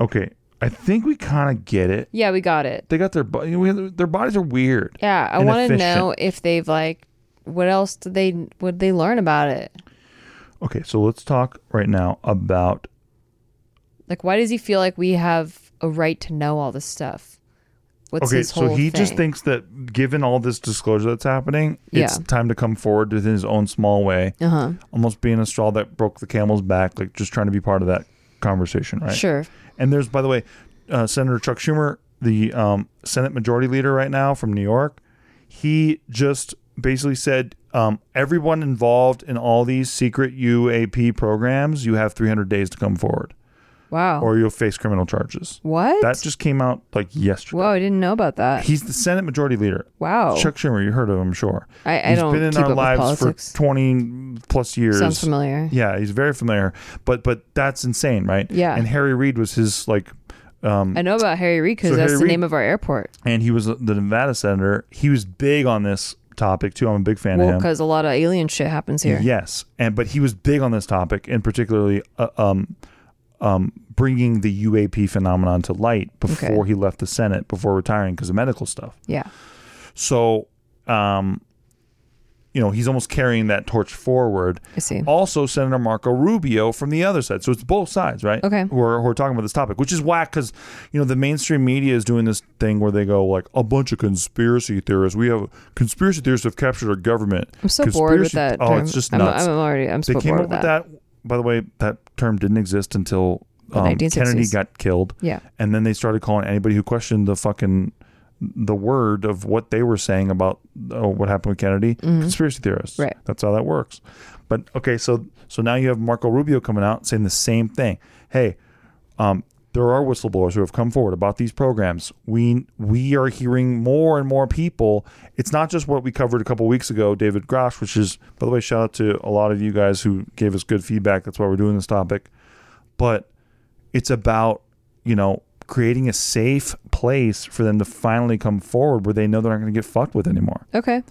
C: Okay, I think we kind of get it.
B: Yeah, we got it.
C: They got their bo- you know, their bodies are weird.
B: Yeah, I
C: and
B: want to
C: efficient.
B: know if they've like, what else did they would they learn about it?
C: Okay, so let's talk right now about
B: Like, why does he feel like we have a right to know all this stuff? What's
C: okay,
B: his whole
C: so he just
B: thing?
C: thinks that given all this disclosure that's happening, it's
B: Yeah.
C: time to come forward within his own small way,
B: Uh huh.
C: almost being a straw that broke the camel's back, like just trying to be part of that conversation, right?
B: Sure.
C: And there's, by the way, uh, Senator Chuck Schumer, the um, Senate Majority Leader right now from New York, he just basically said um, everyone involved in all these secret UAP programs, you have 300 days to come forward,
B: Wow.
C: or you'll face criminal charges.
B: what?
C: That just came out like yesterday.
B: Whoa, I didn't know about that.
C: He's the Senate Majority Leader.
B: wow.
C: Chuck Schumer, you heard of him, sure.
B: Oh. I, I
C: He's
B: don't
C: been in
B: keep
C: our
B: up
C: lives
B: with
C: for
B: politics.
C: 20 plus years.
B: Sounds familiar.
C: Yeah, he's very familiar. But but that's insane, right?
B: Yeah.
C: And Harry Reid was his like um
B: I know about Harry Reid because
C: So
B: that's
C: Harry
B: the
C: Reid-
B: name of our airport.
C: and he was the Nevada senator. He was big on this topic too. I'm a big fan
B: Well,
C: of him.
B: because a lot of alien shit happens here.
C: Yes, and but he was big on this topic, and particularly uh, um, um, bringing the UAP phenomenon to light before he left the Senate, before retiring because of medical stuff.
B: Yeah.
C: So, um, you know, he's almost carrying that torch forward.
B: I see.
C: Also, Senator Marco Rubio from the other side. So it's both sides, right?
B: Okay.
C: Who are, who are talking about this topic, which is whack because, you know, the mainstream media is doing this thing where they go, like, a bunch of conspiracy theorists. We have conspiracy theorists have captured our government.
B: I'm so bored with
C: Conspiracy-
B: that.
C: Oh,
B: term.
C: it's just
B: I'm,
C: nuts.
B: I'm already. I'm
C: they
B: so
C: came
B: bored
C: up
B: with
C: with
B: that.
C: that. By the way, that term didn't exist until
B: The
C: um, Kennedy
B: 1960s.
C: got killed
B: Yeah.
C: and then they started calling anybody who questioned the fucking the word of what they were saying about uh, what happened with Kennedy conspiracy theorists.
B: Right.
C: That's how that works. But okay, so so now you have Marco Rubio coming out saying the same thing. Hey, um, there are whistleblowers who have come forward about these programs. We we are hearing more and more people. It's not just what we covered a couple weeks ago, David Grosh, which is by the way, shout out to a lot of you guys who gave us good feedback. That's why we're doing this topic. But it's about you know creating a safe place for them to finally come forward where they know they're not going to get fucked with anymore.
B: Okay.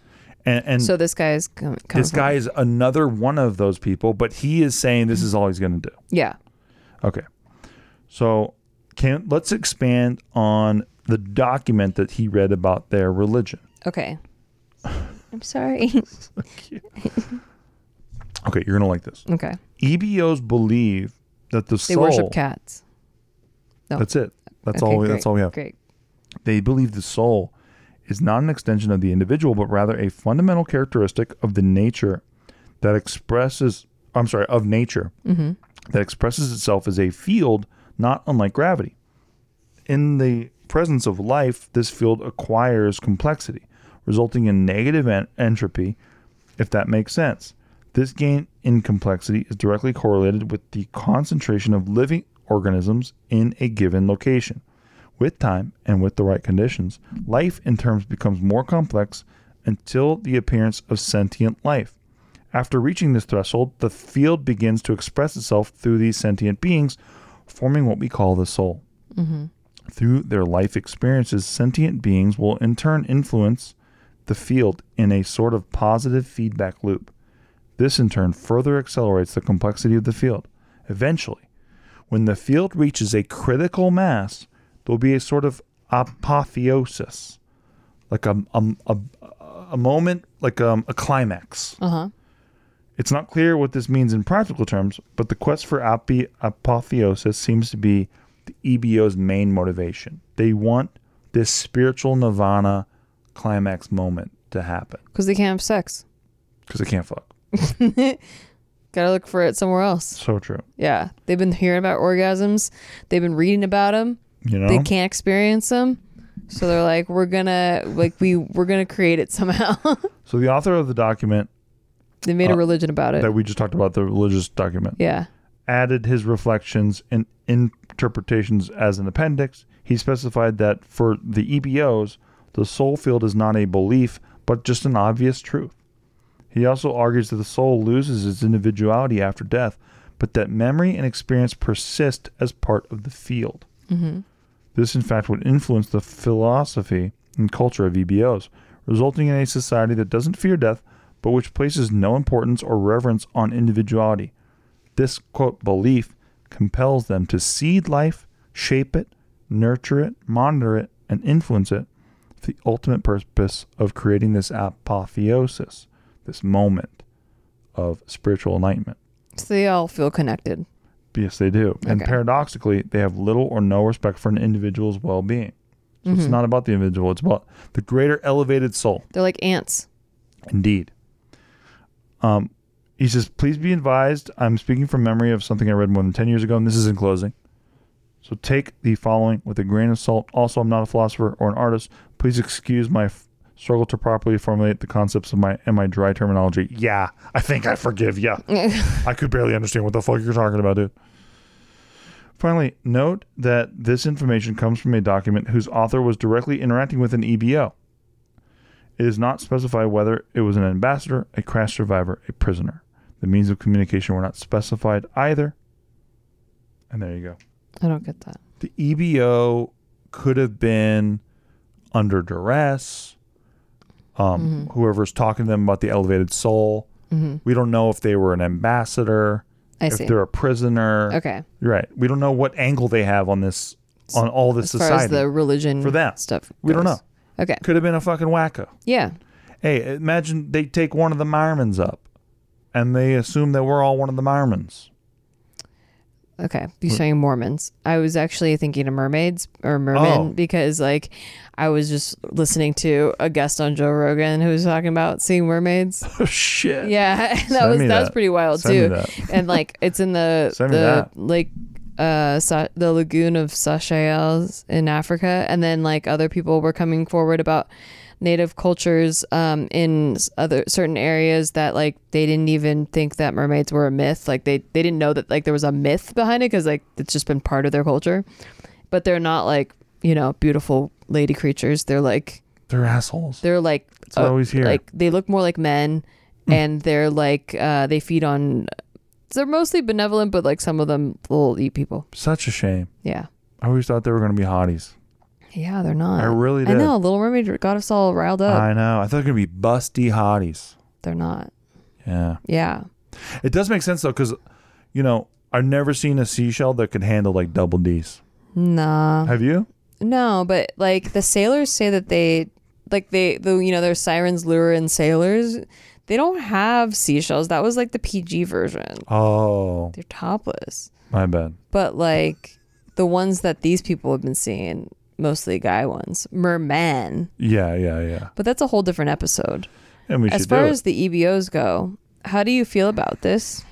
C: And, and
B: So this guy is com- coming.
C: this guy is another one of those people, but he is saying this is all he's going to do.
B: Yeah.
C: Okay. So can let's expand on the document that he read about their religion.
B: Okay. I'm sorry.
C: Okay, you're gonna like this.
B: okay.
C: EBOs believe that the
B: They
C: soul.
B: worship cats. No.
C: That's it. That's
B: Okay,
C: all. We,
B: great,
C: that's all we have.
B: Great.
C: They believe the soul is not an extension of the individual, but rather a fundamental characteristic of the nature that expresses. I'm sorry, of nature that expresses itself as a field not unlike gravity. In the presence of life, this field acquires complexity, resulting in negative en- entropy, if that makes sense. This gain in complexity is directly correlated with the concentration of living organisms in a given location. With time and with the right conditions, life in terms becomes more complex until the appearance of sentient life. After reaching this threshold, the field begins to express itself through these sentient beings, forming what we call the soul. Through their life experiences, sentient beings will in turn influence the field in a sort of positive feedback loop. This in turn further accelerates the complexity of the field. Eventually, when the field reaches a critical mass, there'll be a sort of apotheosis, like a, a, a, a moment, like um, a climax.
B: Uh huh.
C: It's not clear what this means in practical terms, but the quest for ape- apotheosis seems to be the EBO's main motivation. They want this spiritual nirvana climax moment to happen
B: because they can't have sex.
C: because they can't fuck.
B: Gotta look for it somewhere else.
C: So true.
B: Yeah, they've been hearing about orgasms. They've been reading about them.
C: You know?
B: They can't experience them, so they're like, we're gonna like we we're gonna create it somehow.
C: So the author of the document
B: they made
C: Uh,
B: a religion about it.
C: that we just talked about, the religious document,
B: yeah,
C: added his reflections and interpretations as an appendix. He specified that for the EBOs, the soul field is not a belief, but just an obvious truth. He also argues that the soul loses its individuality after death, but that memory and experience persist as part of the field. This, in fact, would influence the philosophy and culture of EBOs, resulting in a society that doesn't fear death, but which places no importance or reverence on individuality. This, quote, belief compels them to seed life, shape it, nurture it, monitor it, and influence it for the ultimate purpose of creating this apotheosis, this moment of spiritual enlightenment.
B: so they all feel connected.
C: Yes, they do. And
B: Okay.
C: paradoxically, they have little or no respect for an individual's well being. So it's not about the individual, it's about the greater elevated soul.
B: They're like ants.
C: Indeed. Um, he says, please be advised, I'm speaking from memory of something I read more than 10 years ago, and this is in closing. So take the following with a grain of salt. Also, I'm not a philosopher or an artist. Please excuse my f- struggle to properly formulate the concepts of my and my dry terminology. Yeah, I think I forgive ya. I could barely understand what the fuck you're talking about, dude. Finally, note that this information comes from a document whose author was directly interacting with an EBO. It is not specified whether it was an ambassador, a crash survivor, a prisoner. The means of communication were not specified either. And there you go.
B: I don't get that.
C: The EBO could have been under duress. Um, Whoever's talking to them about the elevated soul. We don't know if they were an ambassador,
B: I
C: if
B: see.
C: they're a prisoner.
B: Okay,
C: You're Right. We don't know what angle they have on this, on all this
B: as far
C: society.
B: as the religion
C: For that,
B: stuff,
C: we don't
B: goes.
C: know.
B: Okay,
C: Could have been a fucking wacko.
B: yeah,
C: Hey, imagine they take one of the Myrmans up and they assume that we're all one of the Myrmans.
B: Okay, you're saying Mormons. I was actually thinking of mermaids or mermen
C: Oh.
B: because, like, I was just listening to a guest on Joe Rogan who was talking about seeing mermaids.
C: Oh, shit.
B: Yeah, that
C: Send
B: was
C: me
B: that. was
C: that.
B: pretty wild
C: Send me
B: too.
C: that.
B: And like, it's in the
C: Send me
B: the
C: that.
B: like uh Sa- the lagoon of Seychelles in Africa, and then like other people were coming forward about native cultures um in s- other certain areas that like they didn't even think that mermaids were a myth like they they didn't know that like there was a myth behind it because like it's just been part of their culture but they're not like you know beautiful lady creatures they're like
C: They're assholes.
B: they're like
C: That's what I always hear.
B: like they look more like men
C: Hmm.
B: and they're like uh they feed on they're mostly benevolent but like some of them will eat people
C: Such a shame.
B: yeah
C: I always thought they were going to be hotties.
B: yeah they're not
C: I really
B: Uh, i
C: did.
B: know little mermaid got us all riled up
C: I know. I thought they were going to be busty hotties.
B: they're not
C: Yeah.
B: yeah
C: It does make sense, though, because, you know, I've never seen a seashell that could handle like double D's.
B: nah
C: Have you?
B: no but like the sailors say that they like they the you know their sirens lure in sailors they don't have seashells that was like the pg version
C: Oh,
B: they're topless
C: my bad.
B: but like the ones that these people have been seeing mostly guy ones merman
C: Yeah, yeah, yeah.
B: but that's a whole different episode
C: And we
B: as
C: should
B: far
C: do it.
B: as the ebos go how do you feel about this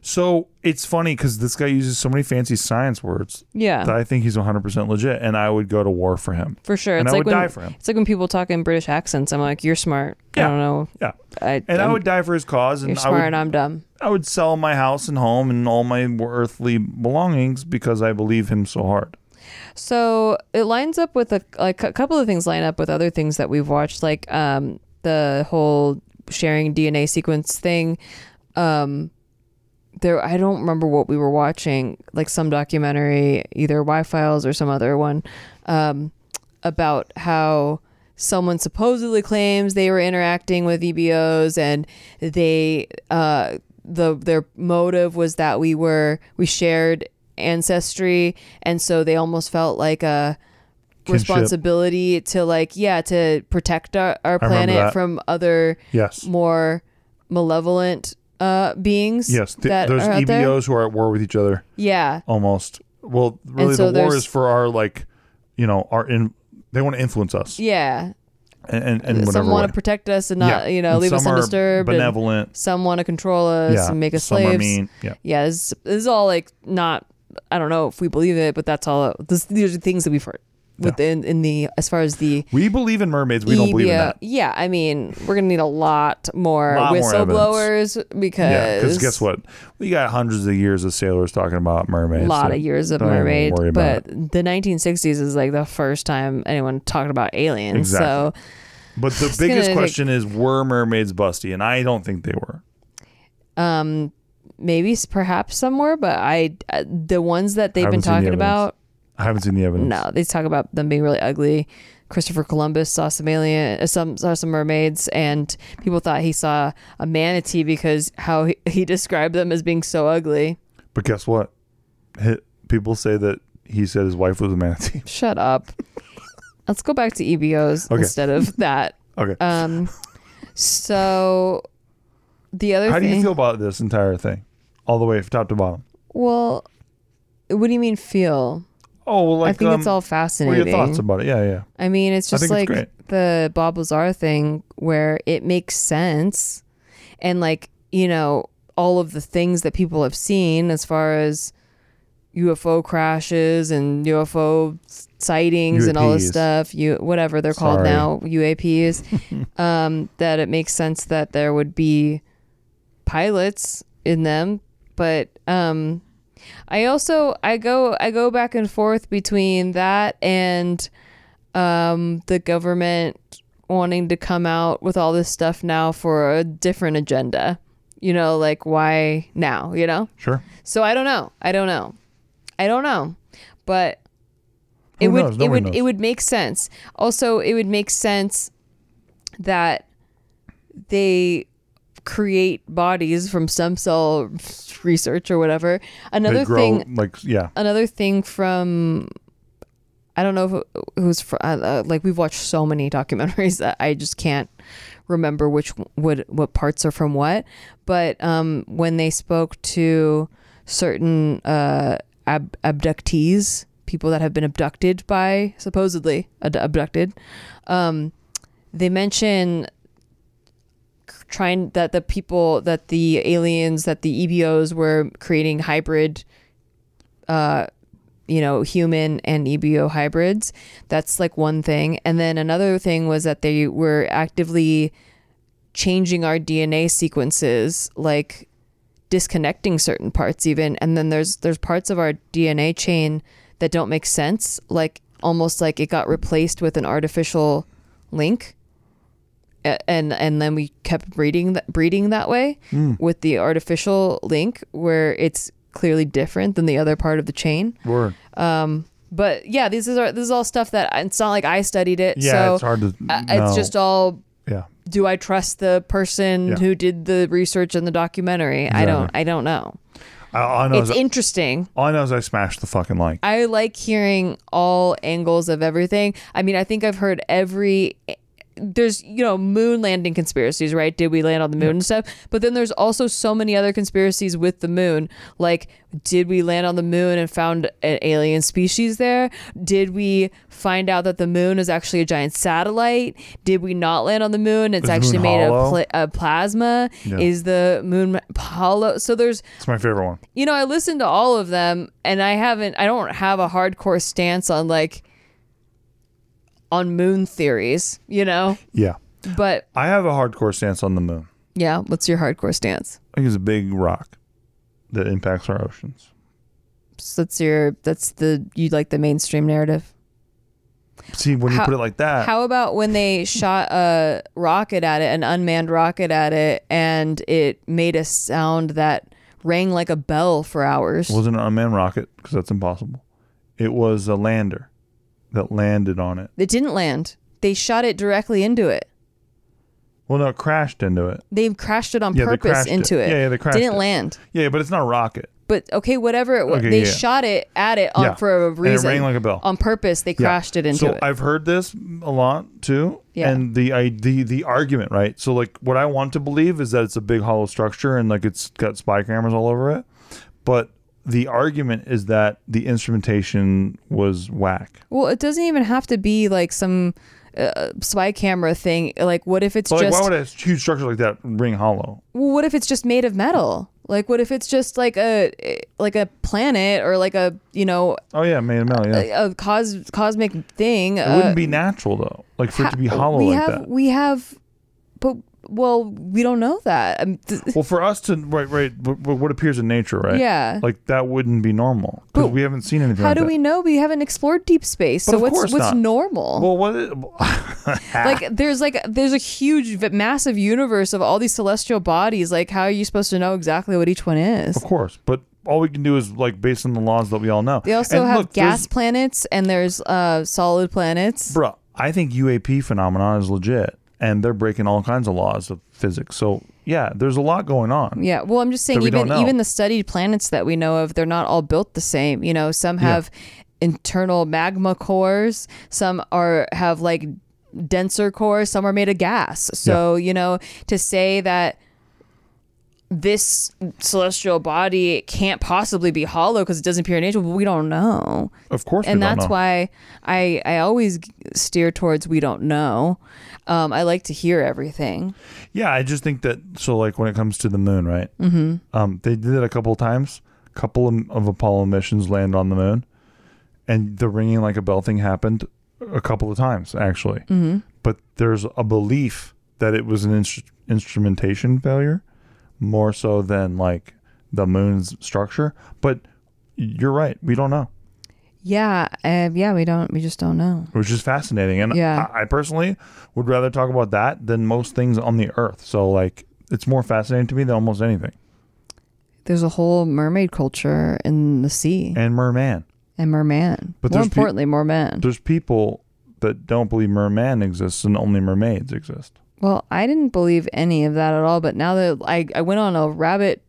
C: So it's funny because this guy uses so many fancy science words
B: yeah
C: that I think he's 100% legit, and I would go to war for him.
B: for sure
C: and
B: Oh. it's
C: I
B: like
C: would
B: when
C: die for him.
B: it's like when people talk in british accents i'm like you're smart
C: Yeah.
B: i don't know
C: Yeah.
B: I,
C: And i
B: I'm-
C: would die for his cause,
B: you're
C: and I
B: smart
C: would,
B: and i'm dumb
C: I would sell my house and home and all my earthly belongings because I believe him so hard.
B: So it lines up with a, like a couple of things line up with other things that we've watched, like um, the whole sharing DNA sequence thing. Um, there, I don't remember what we were watching, like some documentary, either Y Files or some other one, um, about how someone supposedly claims they were interacting with EBOs and they uh, the their motive was that we were we shared ancestry and so they almost felt like a
C: Kinship.
B: responsibility to like yeah to protect our, our
C: remember
B: planet
C: that.
B: from other
C: Yes.
B: more malevolent uh, beings.
C: Yes, th-
B: that
C: those E
B: are out there.
C: EBOs who are at war with each other
B: Yeah,
C: almost. Well, really,
B: so
C: the war
B: there's-
C: is for our like, you know, our in. They want to influence us
B: yeah.
C: and and, and whatever.
B: some want
C: way.
B: to protect us and not,
C: Yeah.
B: you know,
C: And
B: leave us
C: some are
B: undisturbed. and
C: benevolent.
B: some want to control us
C: yeah,
B: and make us
C: some
B: slaves.
C: Are mean. Yeah,
B: Yeah, this, this is all like not. I don't know if we believe it, but that's all. This, these are things that we've heard within in the as far as the
C: we believe in mermaids. We don't believe in
B: EBO
C: that.
B: Yeah, I mean, we're gonna need a lot more
C: Lot more
B: whistleblowers because
C: Yeah, because guess what? We got hundreds of years of sailors talking about
B: A
C: mermaids.
B: lot
C: so
B: of years of
C: don't even
B: mermaid,
C: worry about
B: but the 1960s is like the first time anyone talked about aliens. So
C: Exactly. But the biggest
B: gonna, like-
C: question is, were mermaids busty? And I don't think they were.
B: um maybe s- perhaps somewhere but i uh, the ones that they've
C: Haven't
B: been
C: seen the
B: talking
C: evidence.
B: about
C: I haven't seen the evidence.
B: no they talk about them being really ugly christopher columbus saw some alien uh, some saw some mermaids and people thought he saw a manatee because how he, he described them as being so ugly
C: But guess what? Hi- People say that he said his wife was a manatee.
B: shut up let's go back to ebos
C: Okay.
B: instead of that
C: Okay.
B: um so the other
C: How do
B: thing
C: you feel about this entire thing, all the way from top to bottom?
B: well what do you mean feel
C: Oh, well, like
B: i think
C: um,
B: it's all
C: What are
B: fascinating
C: your thoughts about it? Yeah, yeah.
B: I mean, it's
C: I
B: just
C: think
B: like
C: it's
B: the Bob Lazar thing where it makes sense. And like, you know, all of the things that people have seen as far as UFO crashes and UFO sightings and all this
C: UAPs.
B: stuff, you whatever they're called
C: Sorry.
B: now, UAPs, um, that it makes sense that there would be pilots in them, but um I also I go I go back and forth between that and um the government wanting to come out with all this stuff now for a different agenda. You know, like why now, you know?
C: Sure.
B: So I don't know. I don't know. I don't know. But it
C: Who
B: would
C: knows?
B: it
C: Nobody
B: would
C: knows.
B: it would make sense. Also, it would make sense that they create bodies from stem cell research or whatever. Another
C: they grow
B: thing
C: like yeah.
B: another thing from I don't know who, who's fr uh, uh, like we've watched so many documentaries that I just can't remember which what what parts are from what. But um, when they spoke to certain uh, ab- abductees, people that have been abducted by supposedly ad- abducted, um, they mention trying that the people that the aliens that the EBOs were creating hybrid uh you know human and EBO hybrids that's like one thing and then another thing was that they were actively changing our DNA sequences like disconnecting certain parts even and then there's there's parts of our DNA chain that don't make sense like almost like it got replaced with an artificial link A- and and then we kept breeding that breeding that way with the artificial link where it's clearly different than the other part of the chain
C: Word.
B: but yeah this is our, this is all stuff that it's not like I studied it
C: Yeah,
B: so
C: it's hard to.
B: I- it's
C: no.
B: just all
C: yeah.
B: do I trust the person
C: Yeah.
B: who did the research and the documentary? I don't I don't know.
C: I, all, I know is,
B: it's interesting.
C: all I know is I smashed the fucking like.
B: I like hearing all angles of everything. I mean, I think I've heard every there's, you know, moon landing conspiracies, right? Did we land on the moon and stuff? But then there's also so many other conspiracies with the moon. Like, did we land on the moon and found an alien species there? Did we find out that the moon is actually a giant satellite? Did we not land on the moon? It's
C: the
B: actually
C: moon
B: made
C: hollow?
B: of pla- of plasma. Is the moon hollow? So there's
C: It's my favorite one.
B: you know, I listen to all of them and I haven't I don't have a hardcore stance on like on moon theories, you know?
C: Yeah.
B: But
C: I have a hardcore stance on the moon.
B: yeah, what's your hardcore stance?
C: I think it's a big rock that impacts our oceans.
B: So that's your that's the you like the mainstream narrative.
C: See, when you
B: How-
C: put it like that,
B: How about when they shot a rocket at it, an unmanned rocket at it, and it made a sound that rang like a bell for hours?
C: it wasn't an unmanned rocket because that's impossible. It was a lander that landed on it.
B: it didn't land. They shot it directly into it.
C: Well, no, it crashed into it.
B: They crashed it on
C: Yeah, they
B: purpose
C: crashed it.
B: into it.
C: Yeah, yeah, they crashed
B: Didn't
C: it.
B: land.
C: Yeah, but it's not a rocket.
B: But okay, whatever it was,
C: Okay,
B: they
C: yeah.
B: shot it at it on,
C: Yeah.
B: for a
C: And it
B: reason.
C: rang like a bell.
B: on purpose. They crashed it into
C: so
B: it.
C: I've heard this a lot too,
B: Yeah.
C: and the I, the the argument, right? So like, what I want to believe is that it's a big hollow structure and like it's got spy cameras all over it, but the argument is that the instrumentation was whack.
B: well, it doesn't even have to be like some uh, spy camera thing. Like, what if it's
C: But like,
B: just
C: why would a huge structure like that ring hollow?
B: Well, what if it's just made of metal? Like, what if it's just like a like a planet or like a you know
C: Oh yeah, made of metal. Yeah, it
B: a cos- cosmic thing? uh,
C: wouldn't be natural though, like for it to be
B: ha-
C: hollow
B: We
C: like
B: have
C: that.
B: we have, but well, we don't know that. Um, th-
C: Well, for us to right, right, what, what appears in nature, right?
B: Yeah.
C: like that wouldn't be normal because
B: But
C: we haven't seen anything.
B: How
C: like
B: do
C: that.
B: we know? We haven't explored deep space.
C: But
B: so
C: of
B: what's
C: course
B: what's
C: not.
B: normal?
C: Well, what? Is, Ah.
B: like there's like there's a huge v- massive universe of all these celestial bodies like how are you supposed to know exactly what each one is
C: Of course, but all we can do is like based on the laws that we all know.
B: they also
C: And
B: have
C: look,
B: gas
C: there's-
B: planets and there's uh solid planets
C: Bruh, I think UAP phenomenon is legit, and they're breaking all kinds of laws of physics. So yeah, there's a lot going on.
B: Yeah, well, I'm just saying,
C: That we don't
B: even
C: know.
B: even the studied planets that we know of, they're not all built the same. You know, some have internal magma cores, some are have like denser cores, some are made of gas. So you know, to say that this celestial body can't possibly be hollow because it doesn't appear in nature, we don't know
C: Of course, we
B: and
C: don't
B: that's
C: know.
B: why I I always steer towards we don't know. Um, I like to hear everything.
C: Yeah, I just think that. So like when it comes to the moon, right? Mm-hmm. Um, they did it a couple of times. A couple of, of Apollo missions land on the moon, and the ringing like a bell thing happened a couple of times actually. Mm-hmm. But there's a belief that it was an instru- instrumentation failure, more so than like the moon's structure. But you're right. We don't know.
B: Yeah, uh, yeah, we don't, we just don't know.
C: which is fascinating. And
B: Yeah.
C: I, I personally would rather talk about that than most things on the earth. So like it's more fascinating to me than almost anything.
B: There's a whole mermaid culture in the sea
C: And merman.
B: and merman.
C: But
B: more
C: there's pe-
B: importantly, merman.
C: There's people that don't believe merman exists and only mermaids exist.
B: Well, I didn't believe any of that at all, but now that I, I went on a rabbit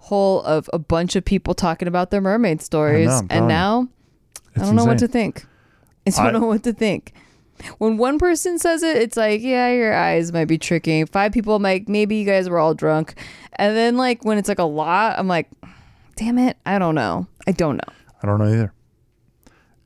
B: hole of a bunch of people talking about their mermaid stories,
C: I'm
B: and
C: telling you.
B: now I
C: It's
B: don't know what to
C: insane.
B: think. I don't
C: I-
B: know what to think. When one person says it, it's like, yeah, your eyes might be tricky. Five people, I'm like, maybe you guys were all drunk. And then, like, when it's like a lot, I'm like, damn it, I don't know. I don't know.
C: I don't know either.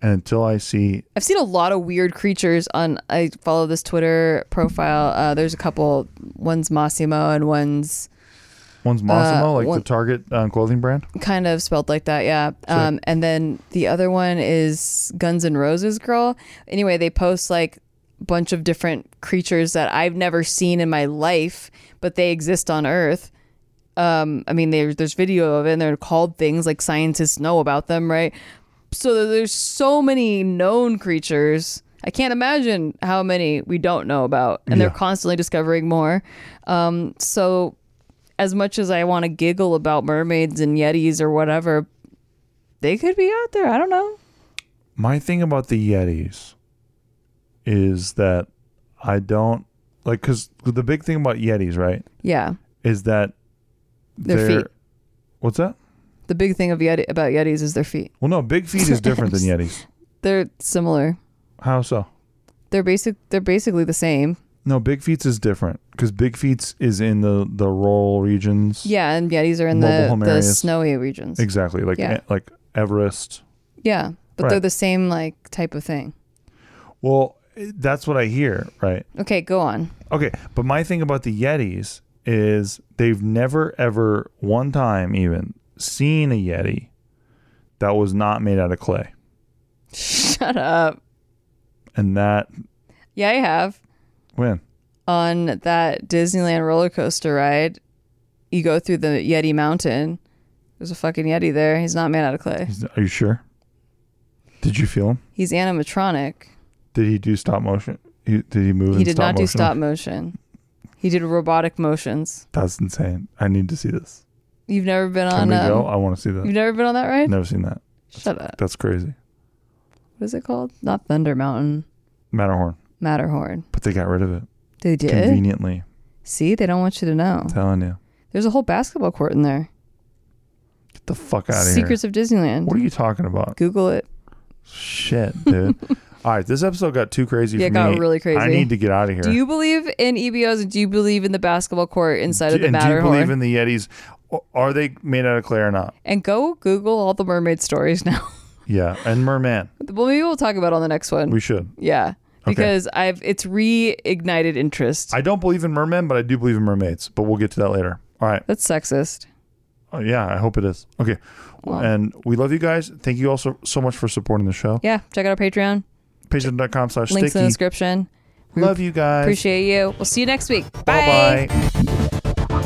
C: And until I see
B: I've seen a lot of weird creatures on. I follow this Twitter profile. Uh, there's a couple. One's Massimo and one's Uh,
C: one's Massimo, like
B: one-
C: the Target uh, clothing brand,
B: kind of spelled like that. Yeah. Um, and then the other one is Guns N' Roses girl. Anyway, they post like bunch of different creatures that I've never seen in my life, but they exist on Earth. Um, I mean, there- there's video of it, and they're called things like scientists know about them, right? So there's so many known creatures. I can't imagine how many we don't know about, and they're
C: Yeah.
B: constantly discovering more. Um, so, as much as I want to giggle about mermaids and yetis or whatever, they could be out there. I don't know.
C: My thing about the Yetis is that I don't like because the big thing about Yetis, right,
B: Yeah,
C: is that
B: Their
C: they're-
B: feet.
C: What's that?
B: the big thing of yeti about yetis is their feet.
C: Well, no, big feet is different than Yetis.
B: They're similar.
C: How so?
B: They're basic. They're basically the same.
C: No, big feet is different because big feet is in the the rural regions.
B: Yeah, and yetis are in
C: Mobile
B: the,
C: home
B: the
C: areas.
B: snowy regions.
C: exactly. Like eh,
B: Yeah.
C: like Everest.
B: yeah, but they're
C: Right.
B: the same like type of thing.
C: Well, eh, that's what I hear, right?
B: Okay, go on.
C: Okay, but my thing about the Yetis is they've never ever one time even seen a Yeti that was not made out of clay,
B: Shut up.
C: and that
B: Yeah, I have
C: when
B: on that Disneyland roller coaster ride. You go through the Yeti Mountain. There's a fucking Yeti there. He's not made out of clay.
C: He's- are you sure? Did you feel him?
B: He's animatronic.
C: Did he do stop motion? He, did he move?
B: He
C: in
B: did
C: stop
B: not do
C: motion?
B: stop motion. He did robotic motions.
C: That's insane. I need to see this.
B: You've never been
C: Can
B: on.
C: we
B: Um,
C: go? I want to see that.
B: you've never been on that ride.
C: Never seen that.
B: Shut up.
C: That's crazy.
B: What is it called? Not Thunder Mountain.
C: Matterhorn.
B: Matterhorn.
C: But they got rid of it
B: They did.
C: conveniently.
B: See, they don't want you to know.
C: I'm telling you.
B: There's a whole basketball court in there.
C: Get the fuck out of here.
B: Secrets of Disneyland.
C: What are you talking about?
B: Google it.
C: Shit, dude. All right, this episode got too crazy.
B: Yeah,
C: for
B: it got
C: me.
B: really crazy.
C: I need to get out of here.
B: Do you believe in E EBOs? and Do you believe in the basketball court inside of the
C: and do you
B: Matterhorn?
C: believe in the Yetis? O- Are they made out of clay or not?
B: and go Google all the mermaid stories now.
C: Yeah, and merman.
B: well, maybe we'll talk about it on the next one.
C: We should.
B: yeah, because I've it's reignited interest.
C: I don't believe in mermen, but I do believe in mermaids. But we'll get to that later. All right.
B: That's sexist.
C: Oh, yeah, I hope it is. Okay.
B: Well.
C: And we love you guys. Thank you all so, so much for supporting the show.
B: Yeah, check out our Patreon.
C: Patreon.com slash
B: Links in the
C: sticky.
B: description.
C: Love you guys.
B: Appreciate you. We'll see you next week. Bye.
C: Bye-bye.